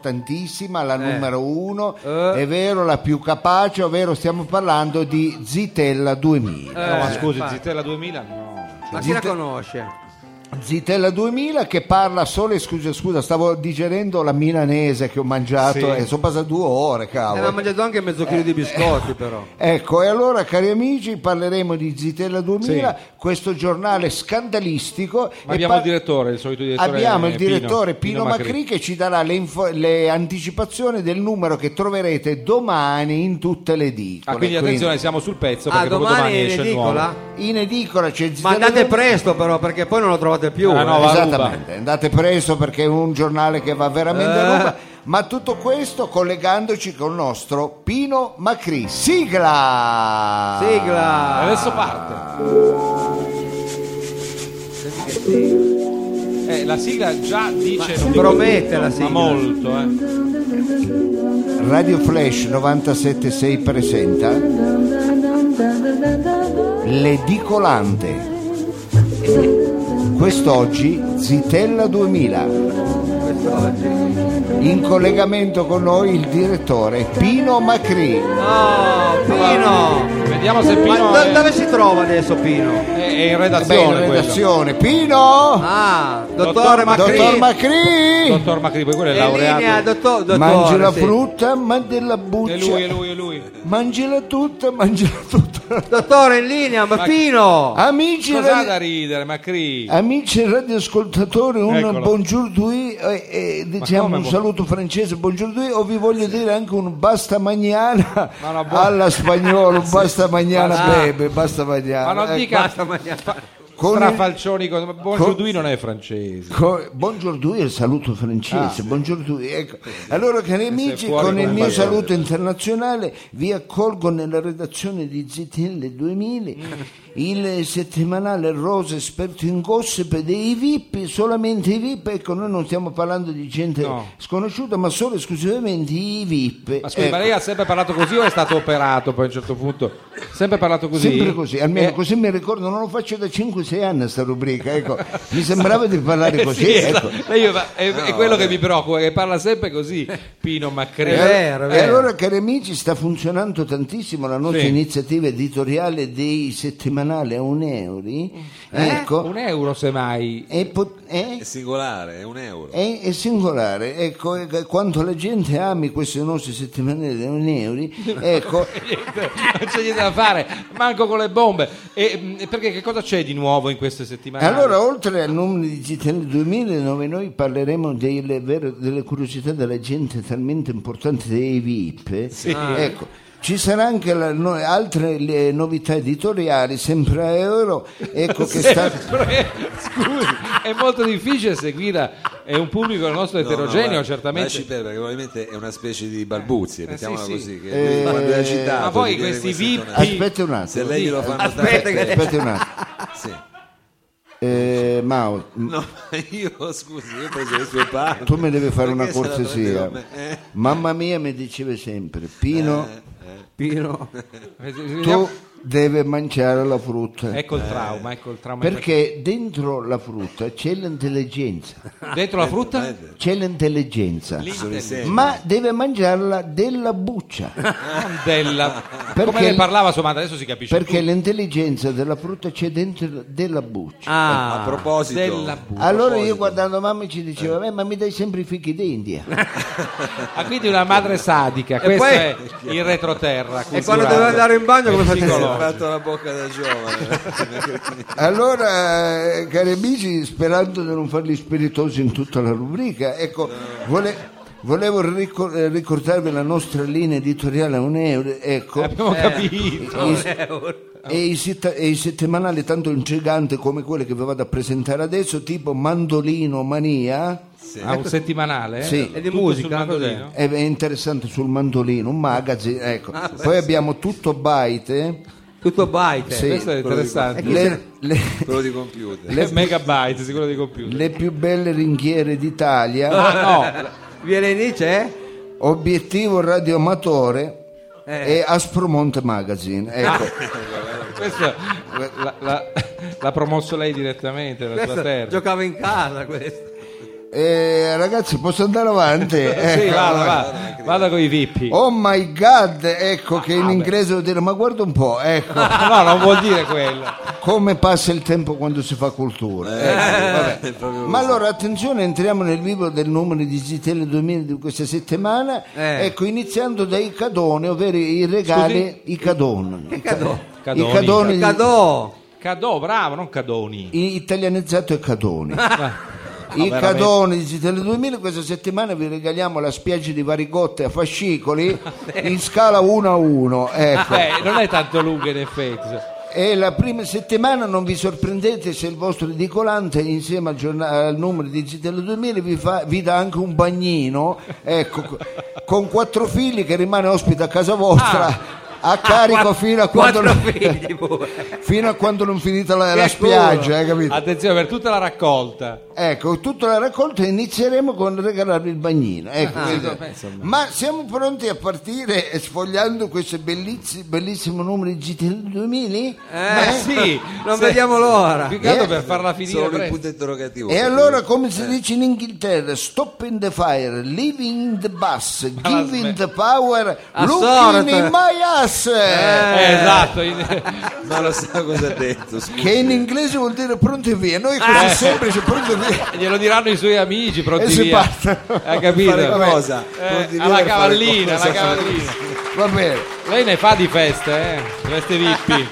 S2: importantissima, la numero uno,
S4: Eh.
S2: è vero, la più capace, ovvero stiamo parlando di Zitella 2000.
S1: No, ma
S4: Eh,
S1: scusi,
S4: infatti.
S1: Zitella 2000 no.
S4: Ma chi la conosce? Ah,
S2: Zitella 2000 che parla solo e scusa, scusa, stavo digerendo la milanese che ho mangiato
S1: Sì.
S2: e sono passate due ore,
S4: Aveva
S2: cavolo.
S4: mangiato anche mezzo chilo di biscotti, però.
S2: Ecco, e allora cari amici parleremo di Zitella 2000, questo giornale scandalistico.
S1: Ma
S2: e
S1: abbiamo
S2: par-
S1: il direttore, il solito direttore.
S2: Abbiamo il
S1: eh, Pino-
S2: direttore Pino, Macri. che ci darà le, info- le anticipazioni del numero che troverete domani in tutte le
S1: Ah,
S2: edicole.
S1: quindi
S2: Quindi,
S1: attenzione, siamo sul pezzo
S4: Ah,
S1: perché proprio
S4: domani è in
S1: esce il
S4: edicola?
S1: nuovo.
S2: in edicola c'è
S4: Ma
S2: Zitella
S4: andate
S2: 2000.
S4: presto, però, perché poi non lo trovate più.
S1: Ah,
S4: eh.
S1: no, va-
S2: Esattamente, andate presto perché è un giornale che va veramente
S1: Eh.
S2: a ruba. Ma tutto questo collegandoci col nostro Pino Macri. Sigla!
S4: eh. Sigla.
S1: Adesso parte. Eh, la sigla già dice non dico
S4: promette
S1: tutto,
S4: la sigla.
S1: ma molto, eh.
S2: Radio Flash 976 presenta L'edicolante. Quest'oggi Zitella 2000. In collegamento con noi il direttore Pino Macri.
S4: Oh, Pino!
S1: Vediamo se
S4: Ma
S1: Pino
S4: do-
S1: è,
S4: dove si trova adesso Pino?
S1: è- è in
S2: Beh, in
S1: redazione. quello.
S2: redazione. Pino!
S4: Ah, dottore,
S1: Dottor
S4: Macri.
S2: Dottor Macri!
S1: Dottor Macri, poi quello è
S4: È in linea,
S1: laureato.
S4: dottor, dottore.
S2: Mangi la
S4: sì.
S2: frutta, mangi la
S1: È lui, è
S2: buccia.
S1: lui, è lui.
S2: Mangela tutta, mangela tutta.
S4: Dottore, in linea, ma Pino!
S2: Ah, Amici
S1: Cos'ha
S2: radio-
S1: da ridere,
S2: Eh,
S1: Macri?
S2: Amici radioascoltatori, un
S1: Eccolo.
S2: buongiorno tui, eh, eh, diciamo
S1: come
S2: un
S1: bu-
S2: saluto francese, buongiorno tui, o vi voglio dire anche un basta magnana
S1: Ma no, buon-
S2: alla spagnola, un basta magnana
S1: Basta-
S2: bebe, basta
S1: Ma
S2: magnana.
S1: non
S2: Ecco,
S1: dica
S4: basta mangiare.
S1: fa-
S2: Con il-
S1: strafalcioni, cosa- ma Bonjour
S2: con-
S1: lui non è francese.
S2: co- buongiorno tui è il saluto
S1: Ah,
S2: francese, buongiorno tui, ecco. Allora cari amici,
S1: fuori
S2: con
S1: come
S2: il
S1: un
S2: mio
S1: bagliore.
S2: saluto internazionale vi accolgo nella redazione di ZTL 2000,
S1: Mm.
S2: il settimanale Rose esperto in gossip dei VIP, solamente i VIP, ecco noi non stiamo parlando di gente
S1: No.
S2: sconosciuta ma solo esclusivamente i VIP.
S1: Ma scusi,
S2: Ecco,
S1: ma lei ha sempre parlato così o è stato operato poi a un certo punto? Sempre parlato così?
S2: Sempre così, almeno
S1: Eh,
S2: così mi ricordo, non lo faccio da 5-6 anni sta rubrica, ecco, mi sembrava di parlare
S1: eh,
S2: così,
S1: sì, è,
S2: ecco.
S1: ma io- ma- è- è quello che mi preoccupa, che parla sempre così
S2: Eh.
S1: Pino Macri.
S4: È vero, è
S2: E
S4: vero.
S2: eh, allora, cari amici, sta funzionando tantissimo la nostra
S1: Sì.
S2: iniziativa editoriale dei settimanali a un euro. Ecco,
S1: Un euro semmai.
S2: è, pot- è-
S3: È singolare, è un euro.
S2: è- è singolare. Ecco, è- è- quanto la gente ami questi nostri settimanali a un euro, ecco,
S1: non c'è niente da fare, manco con le bombe. E, mh, mm, perché che cosa c'è di nuovo in queste settimane?
S2: E Allora, oltre al numero di Digitale 2009, noi parleremo delle, vere- delle curiosità della gente talmente importante dei VIP.
S3: Ah.
S2: Ecco, ci saranno anche la- no- altre le novità editoriali, sempre a euro. Ecco che sta...
S1: Eh, scusi, è molto difficile seguire è un pubblico il nostro eterogeneo, certamente.
S3: Lasci perdere, perché probabilmente è una specie di balbuzie, mettiamola
S1: sì.
S3: così. Che quando è agitato,
S1: Ma poi
S3: di dire
S1: questi
S3: queste
S1: VIP
S3: tonate.
S2: Aspetta un
S3: Se
S2: attimo.
S3: lei glielo fa
S5: Aspetta che-
S2: Aspetta un attimo.
S3: Sì.
S2: Eh, Mao,
S3: No, ma io scusi, io ho preso le sue parti.
S2: tu mi devi fare una
S3: Perché se la
S2: cortesia.
S3: prende con me? Eh,
S2: Mamma mia mi diceva sempre, Pino,
S4: Pino.
S1: Eh,
S2: tu devi mangiare la frutta.
S3: Eh.
S1: Ecco il trauma, ecco il trauma.
S2: Perché dentro la frutta c'è l'intelligenza,
S1: Dentro la frutta?
S2: c'è l'intelligenza,
S3: sono i segni.
S2: ma deve mangiarla della buccia,
S1: Mandella. Come
S2: Perché-
S1: ne parlava sua madre, adesso si capisce.
S2: perché l'intelligenza della frutta c'è dentro della buccia.
S4: Ah,
S3: A proposito,
S1: della bu-
S2: Allora io guardando mamma ci dicevo, "Eh, ma mi dai sempre i fichi eh." d'India.
S1: Ah, quindi una madre sadica, questo
S4: poi-
S1: è il retroterra.
S4: e quando
S1: culturale.
S4: doveva andare in bagno come
S3: Sì,
S4: faceva?
S3: ho fatto la bocca da giovane.
S2: Allora, eh, cari amici, sperando di non farli spiritosi in tutta la rubrica, ecco, vole- volevo ricor- eh, ricordarvi la nostra linea editoriale a un euro, ecco.
S1: Abbiamo
S4: Eh.
S1: capito.
S2: I- E i, setta- e i settimanali tanto intriganti come quelli che vi vado a presentare adesso, tipo Mandolino Mania,
S1: Ah, un settimanale? eh?
S2: Sì.
S4: E di
S1: Tutto
S4: musica,
S1: sul mandolino?
S4: cos'è?
S2: è è interessante sul mandolino, un magazine, ecco.
S1: Ah,
S2: Poi abbiamo Tutto Baite, eh.
S4: Tutto baite.
S2: Sì.
S1: Questo è interessante.
S2: le, le-
S3: quello di computer.
S1: Le- Megabyte, sicuro di computer.
S2: le più belle ringhiere d'Italia.
S1: Ah,
S4: Viene c'è?
S2: Obiettivo radioamatore
S1: Eh.
S2: e Aspromonte Magazine. Ecco,
S1: Ah. no, questo la- la- l'ha promosso lei direttamente dalla sua
S4: Questo
S1: terra. Mm.
S4: giocava in casa questo.
S2: Eh, ragazzi, posso andare avanti?
S1: Sì,
S4: Eh,
S2: Ecco.
S1: vada, vada, vada con i vippi.
S2: Oh my god, ecco che in inglese vuol dire, ma guarda un po', ecco
S4: Oh.
S1: No, non vuol dire quello.
S2: come passa il tempo quando si fa cultura. Ecco, vabbè.
S3: È proprio
S2: Ma allora attenzione, entriamo nel vivo del numero di Zitelle 2000 di questa settimana,
S4: Eh.
S2: ecco iniziando dai cadoni, ovvero i regali, i cadoni. I cadoni.
S1: Cadoni.
S2: I cadoni,
S4: Cadò.
S1: Cadò, bravo, non Cadoni.
S2: i- italianizzato e cadoni. I
S1: veramente.
S2: cadoni di Zitelle 2000 questa settimana vi regaliamo la spiaggia di Varigotte a fascicoli in scala 1 a 1, ecco.
S1: Beh, non è tanto lunga in effetti.
S2: E la prima settimana non vi sorprendete se il vostro edicolante insieme al, giorna- al numero di Zitelle 2000 vi, fa- vi dà anche un bagnino, ecco, co- con quattro figli che rimane ospite a casa vostra a carico fino a quando...
S4: Ah, Quattro
S2: non-
S4: figli pure.
S2: Fino a quando non finita la,
S4: culo.
S2: la spiaggia, hai capito?
S1: Attenzione per tutta la raccolta.
S2: Ecco, tutta la raccolta inizieremo con regalarvi il bagnino. Ecco,
S4: Ah,
S2: questo- ma siamo pronti a partire eh, sfogliando questo belliz- bellissimo numero di GTL 2000?
S1: Ma
S4: Eh,
S1: sì,
S4: Non
S1: se-
S4: vediamo l'ora.
S1: Più che altro
S2: Eh,
S1: per farla finire
S3: Solo il
S1: presto.
S3: punto interrogativo.
S2: E
S1: eh.
S2: allora, come si dice in Inghilterra, stop in the fire, living in the bus, giving the power, looking
S4: Assorta.
S2: in my ass.
S1: Eh, esatto, in-
S3: Ma lo sa cosa ha detto? Scusi.
S2: Che in inglese vuol dire pronti via. Noi così
S1: Eh.
S2: semplice, pronti via.
S1: glielo diranno i suoi amici, pronti
S2: E si
S1: via.
S2: parte.
S1: Ha capito?
S3: Fare cosa?
S1: Eh,
S3: Pronti via
S1: alla
S3: per fare
S1: cavallina, alla
S3: cosa?
S1: cavallina.
S2: Va bene.
S1: Lei ne fa di feste, eh? Feste vippi.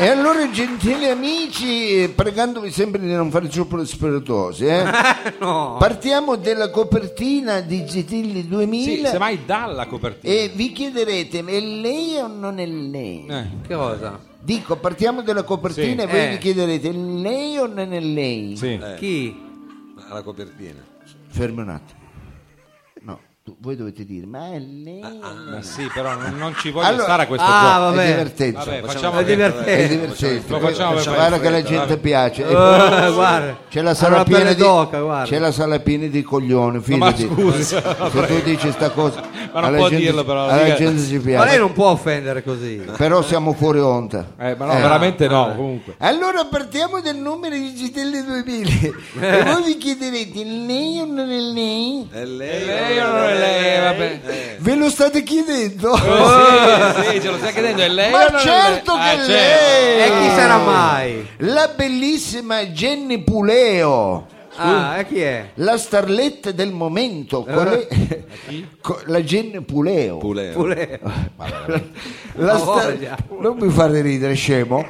S2: E allora, gentili amici, pregandovi sempre di non fare troppo spiritosi, eh, partiamo della copertina di Gitilli
S1: Sì,
S2: 2000
S1: semmai dalla copertina.
S2: e vi chiederete, è lei o non è lei?
S1: Eh.
S4: Che cosa?
S2: Dico, partiamo dalla copertina
S1: Sì.
S2: e voi
S4: Eh.
S2: vi chiederete, è lei o non è lei?
S1: Sì.
S4: Chi?
S3: Alla copertina.
S2: Fermi un attimo. No, tu- voi dovete dire, ma è lei? o non
S1: Ma Eh, sì, però non, non ci voglio
S2: Allora-
S1: stare a questo
S4: Ah,
S1: gioco.
S2: è
S4: vabbè.
S2: divertente.
S1: Vabbè,
S4: È
S1: facciamo
S4: divertente.
S2: È
S4: Eh,
S2: divertente.
S1: lo facciamo per
S2: guarda
S1: fare
S2: che la
S1: fretta,
S2: gente
S1: vabbè.
S2: piace.
S4: Eh, guarda.
S2: C'è la
S4: Ha
S2: sala
S4: una
S2: piena
S4: pelle
S2: di
S4: d'oca, guarda.
S2: c'è la sala piena di coglioni,
S1: ma
S2: fidati.
S1: scusi,
S2: se tu dici sta cosa,
S1: Ma non
S2: alla
S1: può
S2: gente-
S1: dirlo, però,
S2: alla
S1: dica-
S2: gente ci
S4: Ma lei
S2: piace.
S4: non può offendere così.
S2: Però siamo fuori onda.
S1: Eh, ma no, veramente no, comunque.
S2: Allora partiamo dal numero di Gitelli 2000 e voi vi chiederete lei o non è lei?
S3: È lei,
S1: Lei o non è lei, vabbè.
S2: Ve lo state chiedendo?
S1: Eh, Sì, sì, ce lo stai chiedendo, è lei
S2: Ma
S1: o non è
S2: certo
S1: lei?
S2: che
S1: Ah,
S2: è
S1: certo.
S2: lei!
S4: E chi sarà mai?
S2: La bellissima Jenny Puleo,
S4: Ah, e chi è?
S2: la starletta del momento, cole- co- la Jenny Puleo.
S3: Puleo.
S4: Pure.
S2: La
S4: Ma
S2: star-
S4: voglia.
S2: Non mi fate ridere, scemo.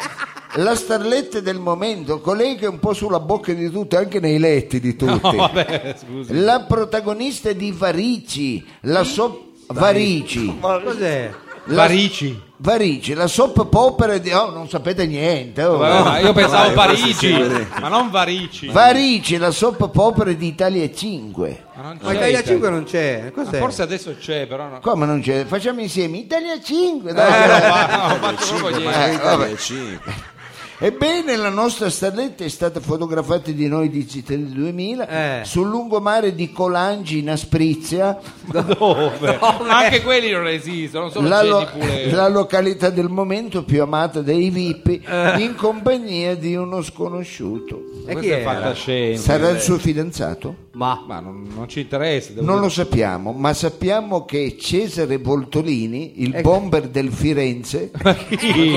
S2: la starletta del momento, colei che è un po' sulla bocca di tutti, anche nei letti di tutti.
S1: Vabbè, scusi.
S2: La protagonista di Varici, la so- Varici,
S1: Eh.
S4: Cos'è?
S1: Varici.
S2: Varici, la soap opera di... Oh, non sapete niente. oh.
S1: Vabbè, ma io pensavo
S3: Vai,
S1: Parigi,
S3: questo sì.
S1: ma non Varici.
S2: Varici, la soap opera di Italia 5.
S1: Ma non
S4: Ma
S1: c'è
S4: Italia
S1: Italia.
S4: 5 non c'è. Cos'è?
S1: Forse adesso c'è, però no.
S2: Come non c'è? Facciamo insieme Italia 5.
S1: Eh,
S2: Dai.
S1: no, ma- no, ma ci vuole niente.
S2: Eh, vabbè.
S3: 5.
S2: Ebbene, la nostra starletta è stata fotografata di noi Digital 2000
S4: Eh.
S2: sul lungomare di Colangi in Asprizia,
S1: Dove? Anche quelli non esistono, non sono
S2: la, lo-
S1: geni pure.
S2: la località del momento più amata dai VIP,
S1: Eh.
S2: in compagnia di uno sconosciuto.
S4: E chi
S1: Questa è
S4: è?
S1: fantascienza.
S2: Sarà il suo fidanzato?
S4: Ma
S1: Ma non, non ci interessa. devo
S2: Non
S1: dire.
S2: lo sappiamo, ma sappiamo che Cesare Voltolini, il bomber del Firenze,
S1: Ma chi?
S4: chi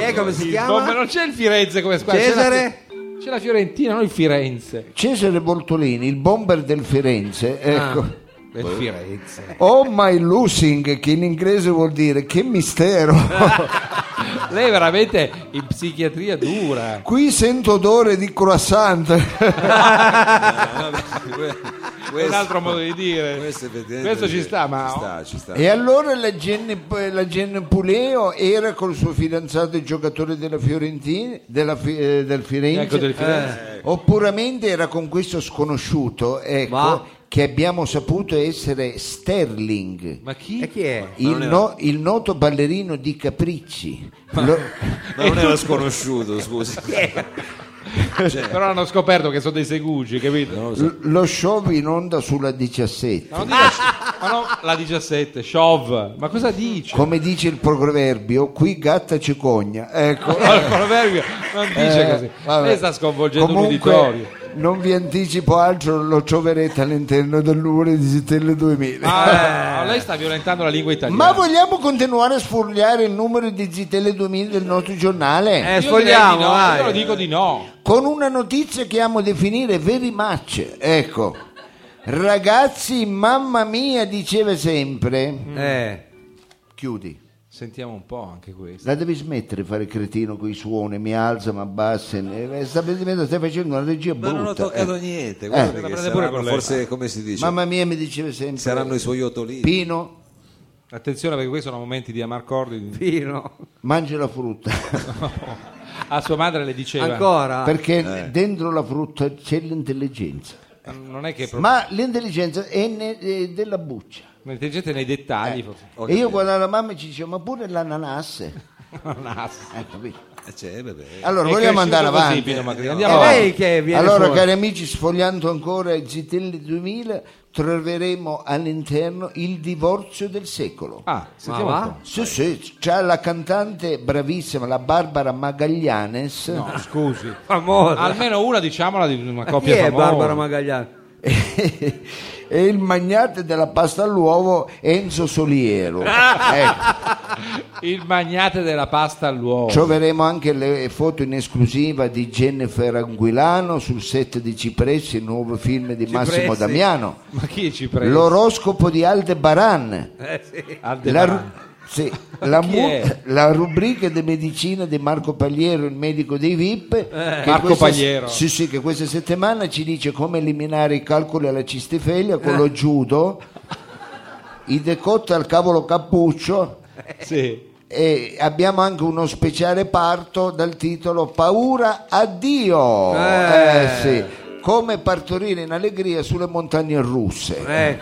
S4: è? Come si
S1: No, ma
S4: chiama?
S1: non c'è il Firenze come squadra. c'è la-
S4: Cesare?
S1: C'è la Fiorentina, non il Firenze.
S2: Cesare Voltolini, il bomber del Firenze, ecco.
S1: Il Ah, Firenze.
S2: Oh my losing, che in inglese vuol dire che mistero.
S1: Lei è veramente in psichiatria dura.
S2: Qui sento odore di croissant.
S1: È un altro modo di dire.
S3: Questo, effettivamente
S1: Questo ci
S3: sì.
S1: sta, ma-
S3: Ci sta, ci sta.
S2: E allora la Genne, la Genne Puleo era col suo fidanzato il giocatore della Fiorentina, della Fi- eh, del Firenze,
S1: Ecco, del Firenze.
S2: Eh. oppuramente era con questo sconosciuto, ecco,
S4: Ma-
S2: che abbiamo saputo essere Sterling.
S1: Ma
S4: E
S1: chi?
S4: chi è?
S2: Il, no- il noto ballerino di Capricci Lo-
S3: Ma non era sconosciuto, scusi.
S2: Eh,
S1: Però hanno scoperto che sono dei segugi, capito?
S2: lo, lo show in onda sulla 17
S1: Ma non dica- ma no, la 17, Shov. Ma cosa dice?
S2: come dice il proverbio qui gatta cicogna ecco
S1: No, il proverbio non dice
S2: Eh,
S1: così.
S2: vabbè.
S1: Lei sta sconvolgendo
S2: Comunque, Eh.
S1: l'uditorio.
S2: Non vi anticipo altro, lo troverete all'interno del numero di Zitelle 2000.
S1: Ah, lei sta violentando la lingua italiana.
S2: Ma vogliamo continuare a sfogliare il numero di Zitelle 2000 del nostro giornale?
S4: Eh,
S1: Io direi di
S4: sfogliamo,
S1: no,
S4: vai.
S1: Io lo dico di no.
S2: Con una notizia che amo definire veri match. Ecco, ragazzi, mamma mia, diceva
S1: Mm.
S2: sempre.
S4: Eh.
S2: Chiudi.
S1: Sentiamo un po' anche questo.
S2: La devi smettere di fare il cretino con i suoni, mi alza, mi abbassa. eh, Sta stai facendo una regia
S3: Ma
S2: brutta.
S3: non ho
S2: eh.
S3: toccato niente. guarda
S2: Eh.
S3: perché
S1: La prende
S3: saranno
S1: pure con lei.
S3: forse, come si dice,
S2: Mamma mia, mi diceva sempre.
S3: saranno i suoi ottolini.
S2: Pino,
S1: Attenzione perché questi sono momenti di Amarcordi.
S4: Pino.
S2: mangia la frutta
S1: A sua madre le diceva.
S3: Ah,
S4: Ancora?
S3: eh.
S2: perché dentro la frutta c'è l'intelligenza
S1: Non è che proprio-
S2: ma l'intelligenza è, ne- è della buccia
S1: intelligente nei dettagli.
S2: Eh.
S1: forse.
S3: Ho
S2: e io
S3: capito.
S2: guardavo la mamma e ci dicevo ma pure l'ananasse
S1: Non ha- È
S2: Eh, capito?
S3: Eh, cioè, vabbè.
S2: allora
S1: cresciuto
S2: vogliamo andare
S1: così,
S2: avanti Eh,
S1: Pino Magrini.
S4: È
S1: Andiamo avanti.
S4: lei che viene
S2: allora
S4: fuori.
S2: cari amici sfogliando ancora i Zitelli 2000 troveremo all'interno il divorzio del secolo
S1: Ah, sentiamo
S4: Ma
S1: un
S4: va?
S1: po'.
S2: sì, sì, c'è la cantante bravissima la Barbara Magaglianes
S1: No, scusi.
S4: Famosa.
S1: Almeno una diciamola di una
S4: eh, Chi
S1: coppia
S4: è
S1: famosa.
S4: Barbara Magagliano?
S2: e il magnate della pasta all'uovo Enzo Soliero. Ecco,
S1: Il magnate della pasta all'uovo.
S2: troveremo anche le foto in esclusiva di Jennifer Anguilano sul set di Cipressi, il nuovo film di Massimo
S4: Cipressi.
S2: Damiano.
S1: Ma chi ci prende?
S2: L'oroscopo di Aldebaran.
S4: Eh sì.
S2: La,
S1: Aldebaran.
S2: ru- sì, la
S1: Chi
S2: mu-
S1: è?
S2: la rubrica di medicina di Marco Pagliero, il medico dei VIP, che
S1: Eh. Marco
S2: questa-
S1: Pagliero.
S2: sì, sì, che questa settimana ci dice come eliminare i calcoli alla cistifelia
S1: Eh.
S2: con lo judo, i decotti al cavolo cappuccio
S1: Sì.
S2: e abbiamo anche uno speciale parto dal titolo Paura a Dio.
S4: Eh.
S2: Eh, sì. Come partorire in allegria sulle montagne russe.
S4: Eh,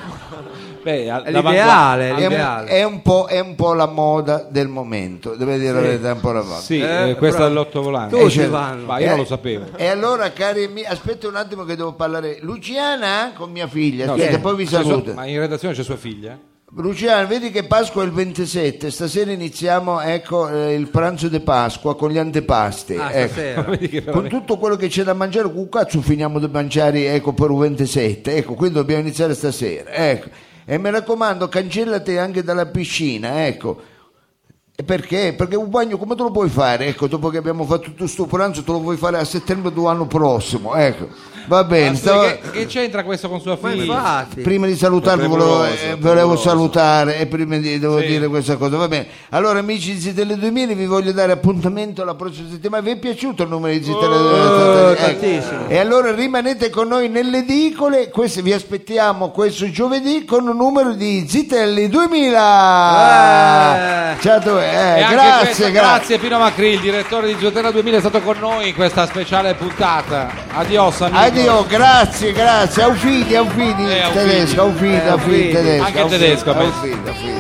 S1: Beh, al-
S4: È
S1: l'avanguardia-
S4: l'ideale, è
S2: È un,
S4: Ideale.
S2: è un po', è un po' la moda del momento, deve dire la verità, è un po' la moda.
S1: Sì,
S4: Eh,
S1: eh, questa
S4: bravo.
S1: è l'otto volante.
S4: Tutti
S1: certo.
S4: vanno.
S1: Ma io non
S2: Eh,
S1: lo sapevo.
S2: E allora, cari amici, aspetta un attimo che devo parlare. Luciana eh, con mia figlia,
S1: No,
S2: aspetta,
S1: sì.
S2: poi vi
S1: C'è sua-
S2: saluto.
S1: ma in redazione c'è sua figlia?
S2: Luciana, vedi che Pasqua è il 27, stasera iniziamo ecco, eh, il pranzo di Pasqua con gli antepasti.
S4: ah,
S2: ecco.
S4: stasera.
S1: Vedi che
S2: Con
S1: veramente-
S2: tutto quello che c'è da mangiare, con cazzo finiamo di mangiare ecco, per un 27, ecco, quindi dobbiamo iniziare stasera. Ecco. E mi raccomando, cancellate anche dalla piscina, ecco. E Perché? Perché un bagno come te lo puoi fare? Ecco, dopo che abbiamo fatto tutto sto pranzo, te lo vuoi fare a settembre dell'anno prossimo. Ecco, va bene. stavo-
S1: Che, che c'entra questo con sua
S4: Ma
S1: figlia?
S4: infatti,
S2: Prima di salutarvi
S3: È
S2: volevo,
S3: premuroso,
S2: eh,
S3: è
S2: volevo
S3: premuroso.
S2: salutare e prima di devo dire questa cosa, va bene. Allora amici di Zitelle 2000 vi voglio dare appuntamento la prossima settimana. Vi è piaciuto il numero di Zitelle 2000?
S4: tantissimo.
S2: ecco. E allora rimanete con noi nelle edicole, Questo- vi aspettiamo questo giovedì con un numero di Zitelli 2000.
S4: Eh.
S2: Ciao a tutti, eh,
S1: E anche
S2: grazie,
S1: questo-
S2: grazie.
S1: grazie Pino Macri, il direttore di Giotera 2000 è stato con noi in questa speciale puntata. Adios amico.
S2: Addio, grazie, grazie. Aufidi, Aufidi
S1: Eh, Aufidi.
S2: tedesco, Aufidi,
S4: Eh,
S2: Aufidi
S4: Aufidi.
S2: tedesco.
S1: Anche il
S2: Aufidi,
S1: tedesco, beh.
S2: Aufidi, Aufidi, Aufidi.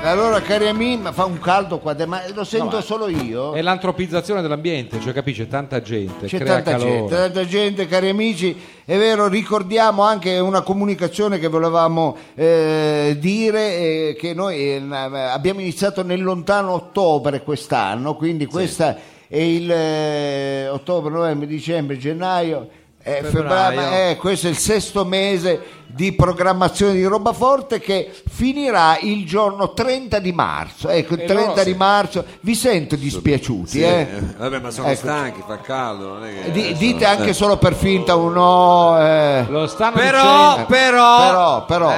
S2: Allora, cari amici, ma fa un caldo qua, de- ma lo sento solo io.
S1: È l'antropizzazione dell'ambiente, cioè capisce, tanta gente
S2: C'è
S1: crea
S2: tanta
S1: calore.
S2: gente, tanta gente, cari amici, è vero, ricordiamo anche una comunicazione che volevamo eh, dire, eh, che noi eh, na- abbiamo iniziato nel lontano ottobre quest'anno, quindi questa è il eh, ottobre, novembre, dicembre, gennaio. eh, febbraio,
S4: Febbraio.
S2: ma, eh, questo è il sesto mese di programmazione di roba forte che finirà il giorno 30 di marzo. Ecco, il
S1: E loro-
S2: 30 di marzo vi sento dispiaciuti,
S3: Sì,
S2: eh?
S3: eh, Vabbè, ma sono
S2: Ecco.
S3: stanchi, fa caldo. Non è che
S2: Di-
S3: adesso-
S2: dite anche
S3: eh.
S2: solo per finta un no. eh.
S1: Lo stanno
S4: però,
S1: dicendo.
S4: però,
S2: Però, però.
S4: eh,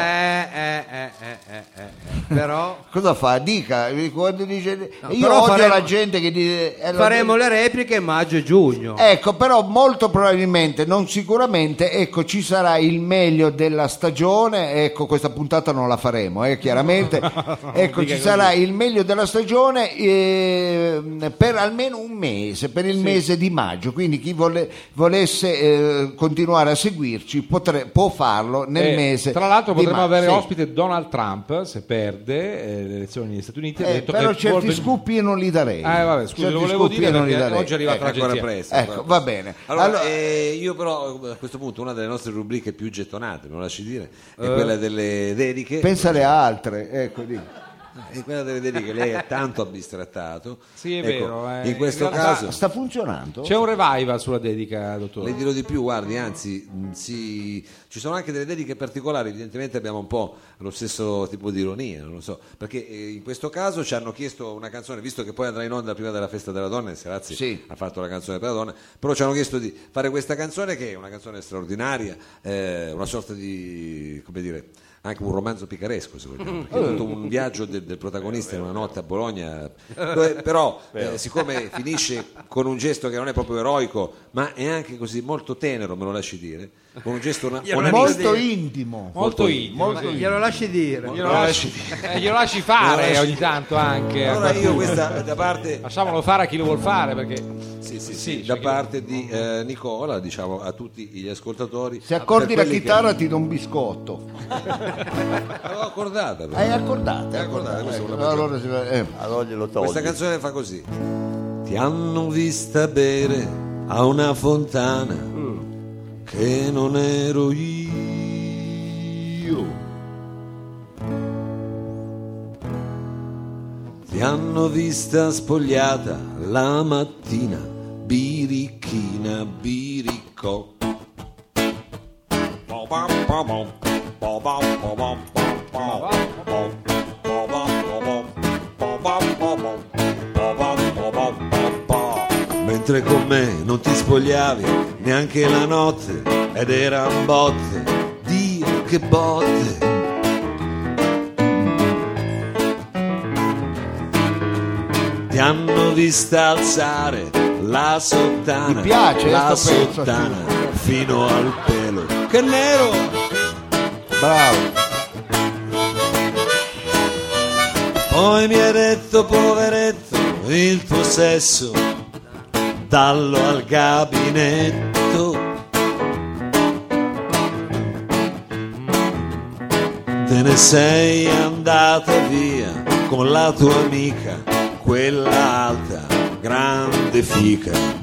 S4: eh, eh, eh, eh, eh, però.
S2: Cosa fa? Dica, quando dice- io
S4: però
S2: odio
S4: faremo-
S2: la gente che dice. eh, la-
S4: Faremo le repliche maggio e giugno.
S2: Ecco, però molto probabilmente, non sicuramente, ecco, ci sarà il meglio della stagione, ecco, questa puntata non la faremo, eh, chiaramente, ecco, ci sarà il meglio della stagione ehm, per almeno un mese, per il mese di maggio, quindi chi vole- volesse eh, continuare a seguirci potre- può farlo nel
S1: Eh,
S2: mese.
S1: tra l'altro
S2: di
S1: potremmo
S2: maggio,
S1: avere
S2: sì.
S1: ospite Donald Trump se perde eh, le elezioni negli Stati Uniti. ha
S2: Eh,
S1: detto
S2: però
S1: che
S2: certi
S1: vuol-
S2: scoop io non li darei.
S1: Eh, vabbè, scusi,
S2: Certi
S1: lo volevo
S2: scoop
S1: dire
S2: io non li
S1: perché
S2: darei.
S1: oggi è arrivata
S3: Ecco,
S1: la
S3: ancora
S1: l'agenzia.
S3: presto.
S2: Ecco, va bene.
S3: Allora,
S2: Allora-
S3: eh, io però a questo punto una delle nostre rubriche più gettonate, me lo lasci dire, è
S1: Eh?
S3: quella delle dediche. Ah,
S2: Pensa alle altre, ecco, dico.
S3: È quella delle dediche, lei ha tanto abbistrattato. Ecco,
S1: Sì, è vero, eh.
S3: In questo
S1: In realtà-
S3: caso...
S2: Ah, sta funzionando?
S1: C'è un revival sulla dedica,
S3: Le
S1: dottore.
S3: dirò di più, guardi, anzi, mh, sì, ci sono anche delle dediche particolari, evidentemente abbiamo un po' lo stesso tipo di ironia, non lo so, perché eh, in questo caso ci hanno chiesto una canzone, visto che poi andrà in onda prima della festa della donna, e Serazzi
S2: Sì.
S3: ha fatto la canzone per la donna, però ci hanno chiesto di fare questa canzone che è una canzone straordinaria, eh, una sorta di, come dire, anche un romanzo picaresco, se vogliamo, perché è tutto un viaggio del, del protagonista in una notte a Bologna, dove però eh, siccome finisce con un gesto che non è proprio eroico, ma è anche così molto tenero, me lo lasci dire, con un gesto una- onanistico.
S2: Molto intimo.
S1: Molto intimo.
S2: molto
S1: sì.
S4: Glielo lasci dire.
S1: Glielo lasci, eh, glielo lasci fare
S3: Glielo lasci-
S1: ogni tanto anche. a
S3: Allora io
S1: qualcuno.
S3: questa da parte
S1: Lasciamolo fare a chi lo vuol fare perché...
S3: Ah, Sì, sì, sì,
S1: Sì,
S3: da
S1: cioè che-
S3: parte di eh, Nicola, diciamo a tutti gli ascoltatori.
S2: Se accordi
S3: per
S2: la
S3: quelli che-
S2: chitarra ti do un biscotto.
S3: L'avevo accordata. però.
S2: Hai accordato?
S3: Eh, accordate, questa è una
S2: Ecco,
S3: bugia.
S2: allora si va- eh.
S5: Allora glielo togli.
S3: Questa canzone fa così. Ti hanno vista bere a una fontana che non ero io. Ti hanno vista spogliata la mattina, birichina, biricco. Mentre con me non ti spogliavi neanche la notte ed eran botte, Dio che botte. Ti hanno vista alzare la sottana,
S2: Mi piace,
S3: la
S2: eh, sto pezzo.
S3: sottana fino al pelo. Che nero!
S2: Bravo.
S3: Poi mi hai detto poveretto il tuo sesso, dallo al gabinetto. Te ne sei andata via con la tua amica, quella alta, grande fica.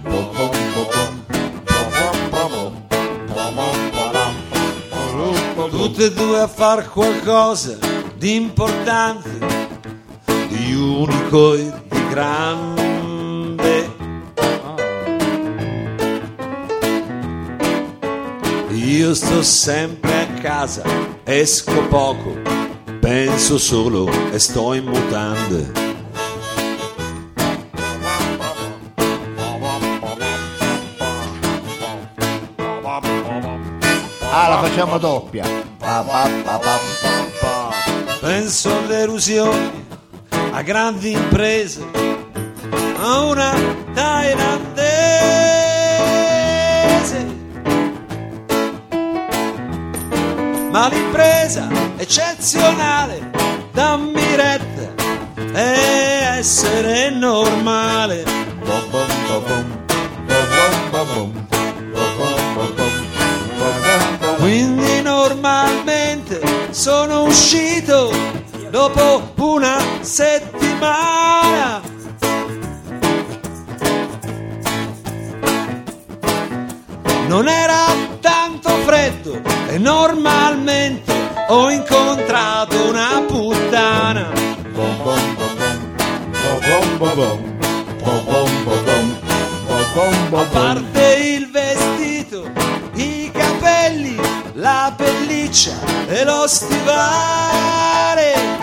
S3: Tutte e due a far qualcosa di importante di unico e di grande. Io sto sempre a casa
S8: esco poco, penso solo e sto in mutande.
S2: Ah, la facciamo doppia. Pa, pa, pa, pa.
S8: Penso a delusioni, a grandi imprese, a una thailandese. Ma l'impresa eccezionale, dammi retta, è essere normale. Bom, bom, bom, bom. Bom, bom, bom, bom. Quindi normalmente sono uscito dopo una settimana. Non era tanto freddo e normalmente ho incontrato una puttana. A parte il vestito, i capelli, la pelliccia e lo stivale.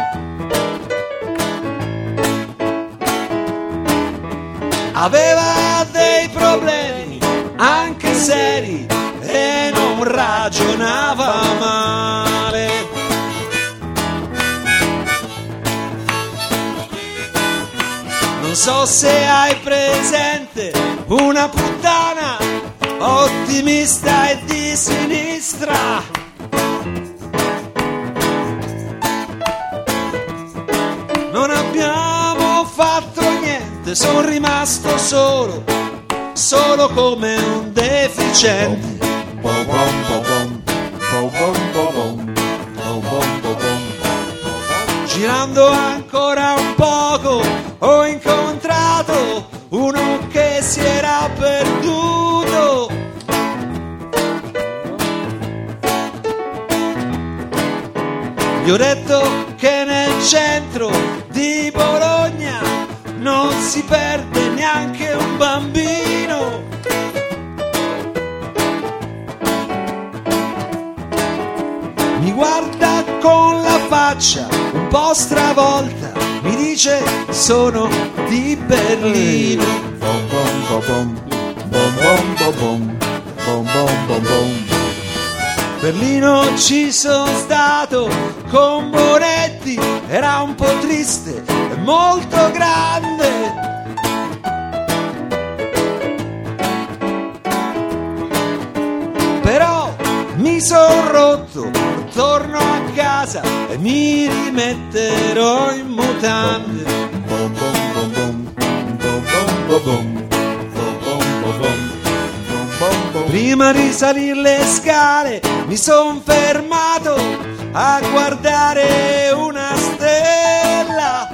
S8: Aveva dei problemi, anche seri, e non ragionava male. Non so se hai presente una puttana ottimista e di sinistra. Non abbiamo fatto niente, sono rimasto solo, solo come un deficiente. Girando ancora un poco ho incontrato uno che si era perduto. Gli ho detto che nel centro di Bologna non si perde neanche un bambino. mi guarda con la faccia un po' stravolta, mi dice sono di Berlino. Berlino ci sono stato con Bonetti, era un po' triste e molto grande. però mi son rotto, torno a casa e mi rimetterò in mutande. Prima di salire le scale mi son fermato a guardare una stella.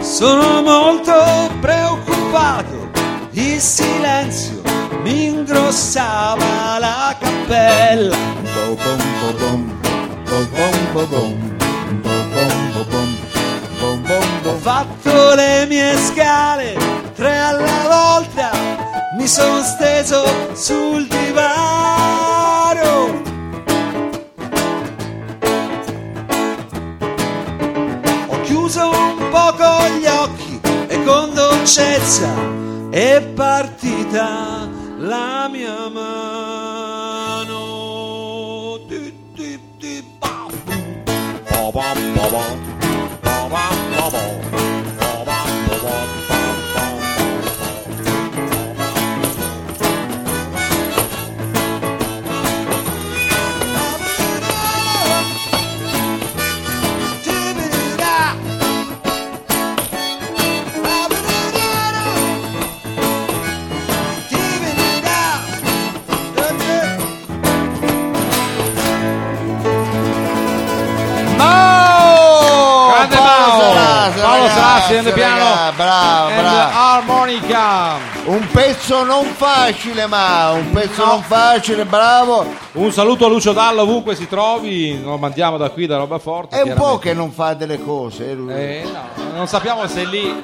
S8: Sono molto preoccupato, il silenzio mi ingrossava la cappella. Ho fatto le mie scale tre alla volta, mi sono steso sul divano. Ho chiuso un poco gli occhi e con dolcezza è partita la mia mano. Di, di, di, pa, bum. Pa, pa, pa, pa. Pa, pa, pa, pa. Pa, pa, pa, pa, pa, pa, pa. Di-bi-di-da.
S1: Mao! Grande Mao!
S2: Sarasa,
S1: Paolo
S2: ragazzi,
S1: Sarasi nel piano.
S2: ragazzi, bravo,
S1: and
S2: bravo.
S1: Armonica.
S2: Un pezzo non facile, ma un pezzo
S1: No.
S2: non facile, bravo.
S1: Un saluto a Lucio Dallo ovunque si trovi, lo mandiamo da qui da roba forte.
S2: È un po'
S1: chiaramente.
S2: che non fa delle cose, eh, lui.
S1: Eh, no, non sappiamo se è lì,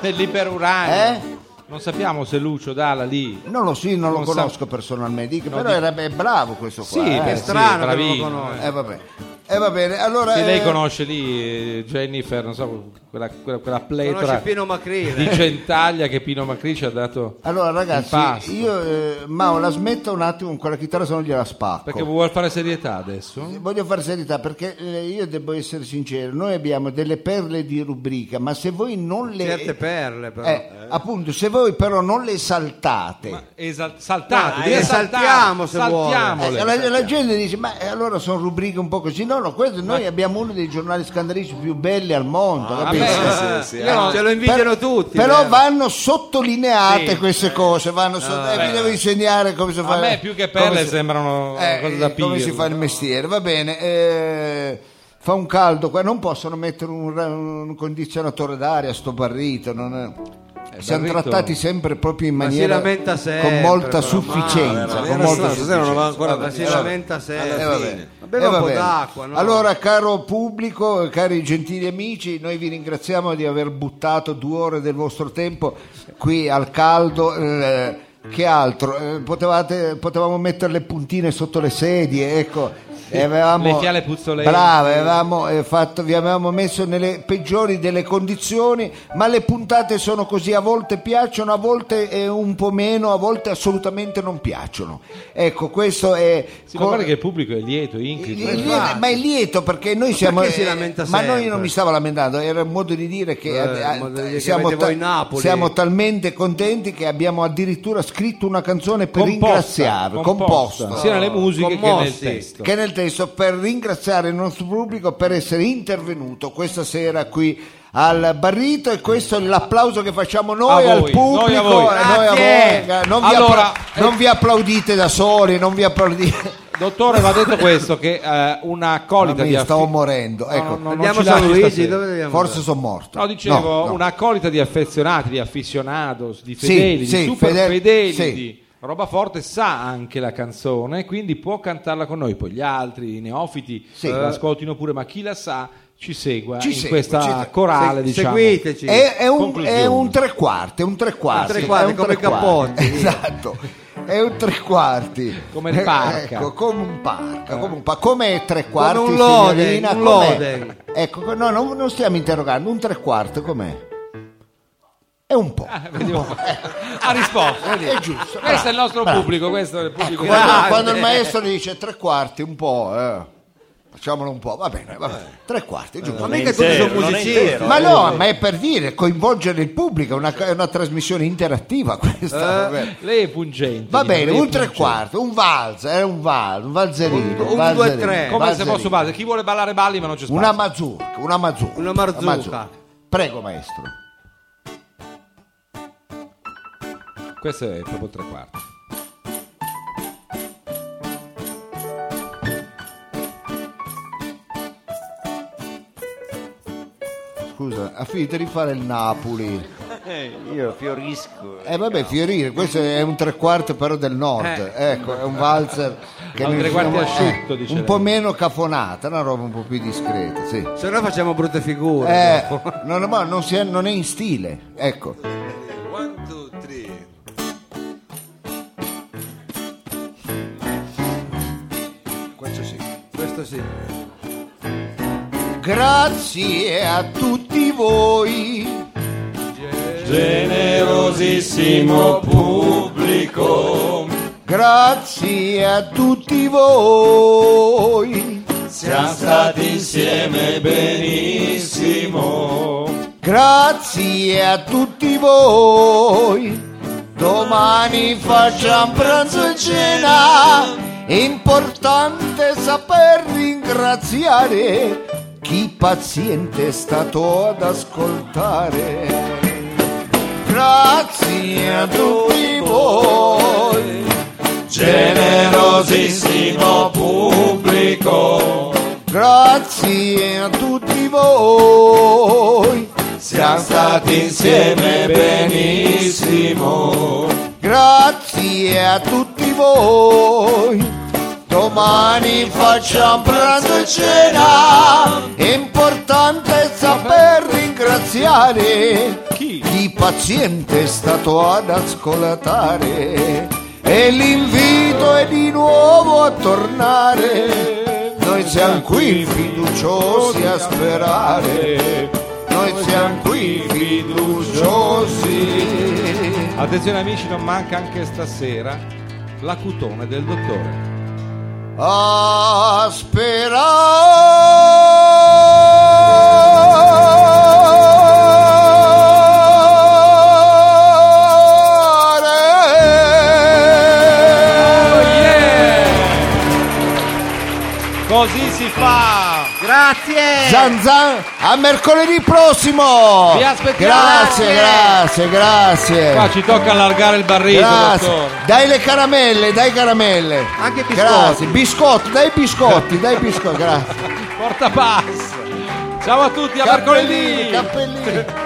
S1: se è lì per Urani.
S2: Eh?
S1: Non sappiamo se Lucio Dalla lì.
S2: Non lo, sì, non lo
S1: Non sa-
S2: conosco personalmente, però
S1: di-
S2: era è bravo questo qua.
S1: Sì,
S2: eh.
S1: che
S4: strano che non lo
S1: bravino,
S4: conosca.
S1: eh.
S2: Eh, vabbè. Eh, va bene, allora...
S1: Se lei
S2: eh,
S1: conosce lì eh, Jennifer, non so, quella, quella, quella pletora
S4: Conosce Pino eh. Macrile.
S1: di centaglia che Pino Macri ci ha dato
S2: Allora
S1: in pasto.
S2: ragazzi, io eh, Mao la smetta un attimo con la chitarra, se no gliela spacco.
S1: Perché vuol fare serietà adesso?
S2: Voglio fare serietà perché eh, io devo essere sincero, noi abbiamo delle perle di rubrica, ma se voi non le...
S4: Certe perle, però.
S2: Eh, Appunto, se voi però non le saltate,
S1: Esal- saltate,
S4: Dai,
S1: devi
S4: le
S1: saltare,
S4: saltiamo se vuole.
S2: eh,
S1: saltiamole.
S2: la, la gente dice, ma eh, allora sono rubriche un po' così. No, no, questo, noi abbiamo uno dei giornali scandalistici più belli al mondo, capito?
S1: vabbè,
S2: Eh,
S3: sì,
S1: eh,
S3: sì,
S1: io
S3: eh.
S1: non-
S4: Ce lo invidiano
S2: Per-
S4: tutti.
S2: Però
S4: vero? Ah,
S2: vanno sottolineate queste cose, vanno so- eh, vi devo insegnare come si fa.
S1: a me più che
S2: come
S1: perle
S2: si-
S1: sembrano
S2: eh,
S1: cose da
S2: come si fa il
S1: pirla.
S2: mestiere, va bene. eh, fa un caldo qua, non possono mettere un, ra- un condizionatore d'aria a sto barrito. non è- Siamo
S1: barrito-
S2: trattati sempre proprio in
S4: Eh, Ma si
S2: maniera
S4: lamenta
S2: con
S4: sempre,
S2: molta
S4: però,
S2: sufficienza.
S3: Era
S2: con
S3: strano,
S2: molta
S3: stasera non avevamo ancora
S4: Ma si
S3: Eh, vabbè.
S4: lamenta sempre.
S3: Alla
S2: eh,
S3: fine.
S2: va bene.
S4: Ma beva
S2: Eh,
S4: un
S2: va
S4: po'
S2: bene.
S4: d'acqua, no?
S2: Allora, caro pubblico, cari gentili amici, noi vi ringraziamo di aver buttato due ore del vostro tempo qui al caldo. eh, che altro? Eh, potevate- potevamo mettere le puntine sotto le sedie, ecco. e avevamo-
S1: le fiale puzzolenti.
S2: Brava, avevamo, eh, fatto- vi avevamo messo nelle peggiori delle condizioni, ma le puntate sono così, a volte piacciono, a volte eh, un po' meno, a volte assolutamente non piacciono. Ecco, questo è...
S1: Sì, ma guarda
S2: co-
S1: che il pubblico è lieto, inclito.
S2: il- il- ma è lieto perché noi siamo.
S4: perché si
S2: eh,
S4: lamenta
S2: ma noi
S4: sempre?
S2: non mi stavo lamentando, era un modo di dire che,
S4: Eh,
S2: eh,
S4: un modo di dire che
S2: siamo,
S4: avete voi Napoli.
S2: siamo talmente contenti che abbiamo addirittura scritto una canzone per
S1: Composta,
S2: ringraziarvi, composta.
S1: sia nelle musiche che nel
S4: Commossi.
S1: testo.
S2: Che nel testo per ringraziare il nostro pubblico per essere intervenuto questa sera qui al Barrito e questo è l'applauso che facciamo noi
S1: A
S2: al
S1: voi,
S2: pubblico
S1: noi a voi.
S2: eh, noi a
S4: Grazie.
S2: voi, eh, non, vi
S1: Allora,
S2: appla- non vi applaudite da soli, non vi applaudite.
S1: Dottore, va detto questo: che eh, una
S2: Ma
S1: colita
S2: mi
S1: di
S2: stavo
S1: affezione.
S2: morendo, ecco.
S1: no, non
S4: Andiamo
S1: ci
S4: a San
S1: lasci
S4: Luigi,
S1: stasera.
S4: dove dobbiamo
S2: Forse
S4: andare?
S2: sono morto.
S1: No, dicevo,
S2: no.
S1: una colita di affezionati, di affezionados, di
S2: Sì,
S1: fedeli,
S2: sì,
S1: di super
S2: fedel-
S1: fedeli,
S2: sì.
S1: di roba forte, sa anche la canzone, quindi può cantarla con noi, poi gli altri, i neofiti,
S2: Sì.
S1: eh, l'ascoltino pure, ma chi la sa ci segua
S2: Ci
S1: in
S2: segue,
S1: questa
S2: ci segue.
S1: corale,
S4: Se-
S1: diciamo.
S4: Seguiteci.
S2: È, è un,
S1: Conclusione.
S2: è un tre quarti, è un tre quarti.
S4: Un tre quarti,
S2: è un
S4: come
S2: tre
S4: i cappotti.
S2: Esatto. È un tre quarti.
S1: Come il
S2: Eh,
S1: parca.
S2: Ecco, come un parca, come un parca. Come tre quarti,
S4: un lode,
S2: signorina,
S4: un
S2: com'è?
S4: lode.
S2: Ecco, no, non, non stiamo interrogando, un tre quarti com'è? È un po'.
S1: Ah, vediamo. ha risposto.
S2: È giusto.
S1: Questo è il nostro
S2: bravo.
S1: pubblico, questo è il pubblico.
S2: Ecco, Quando,
S4: Grande.
S2: quando il maestro dice tre quarti, un po', eh, facciamolo un po', va bene, va bene. Tre quarti, giusto.
S4: Ma mica tutti sono
S5: Intero, non è
S4: musicisti.
S5: intero.
S2: Ma no, ma è per dire, coinvolgere il pubblico, è una, è una trasmissione interattiva questa. vabbè.
S1: Lei è pungente.
S2: Va bene,
S1: lei è
S2: un tre
S1: pungente.
S2: quarti, un valz, era un valz, un valzerino.
S4: Un- un
S2: valzerino,
S4: due, tre.
S1: Eh, Come se
S2: valzerino.
S1: fosse base, chi vuole ballare balli ma non c'è spazio.
S2: Una mazurka, una mazurka.
S4: Una marzuca.
S2: Prego maestro.
S1: Questo è proprio il tre quarti.
S2: Scusa, ha finito di fare il Napoli.
S5: Io fiorisco.
S2: Eh vabbè, fiorire, questo è un tre quarti però del nord. Ecco, è un valzer che
S1: Ha un
S2: noi
S1: tre quarti
S2: diciamo, eh,
S1: asciutto, dice
S2: Un
S1: lei.
S2: po' meno cafonata, una roba un po' più discreta, sì.
S4: Se no facciamo brutte figure.
S2: Eh, non, ma non si è, non è in stile, ecco.
S3: One, two, three.
S2: Questo sì.
S4: Questo sì.
S2: Grazie a tutti voi.
S3: Generosissimo pubblico,
S2: Grazie a tutti voi,
S3: siamo stati insieme benissimo.
S2: grazie a tutti voi. Domani facciamo pranzo e cena, è importante saper ringraziare chi paziente è stato ad ascoltare. Grazie a tutti voi.
S3: Generosissimo pubblico,
S2: Grazie a tutti voi,
S3: siamo stati insieme benissimo.
S2: grazie a tutti voi. Domani facciamo pranzo e cena, è importante saper ringraziare. ringraziare
S1: Chi?
S2: Chi paziente è stato ad ascoltare e l'invito è di nuovo a tornare. Noi siamo qui fiduciosi a sperare. Noi siamo qui fiduciosi.
S1: Attenzione amici, non manca anche stasera la cutone del dottore. Oh,
S2: a sperare.
S1: Così si fa!
S4: Grazie!
S2: Zan zan, a mercoledì prossimo!
S1: Vi aspettiamo!
S2: Grazie, grazie, grazie!
S1: Qua ci tocca allargare il barrito,
S2: Grazie.
S1: dottore.
S2: Dai le caramelle, dai caramelle.
S4: Anche biscotti.
S2: Grazie. Biscotti, dai biscotti, dai biscotti, grazie.
S1: Porta pass! Ciao a tutti, a mercoledì!
S2: Cappellini, cappellini.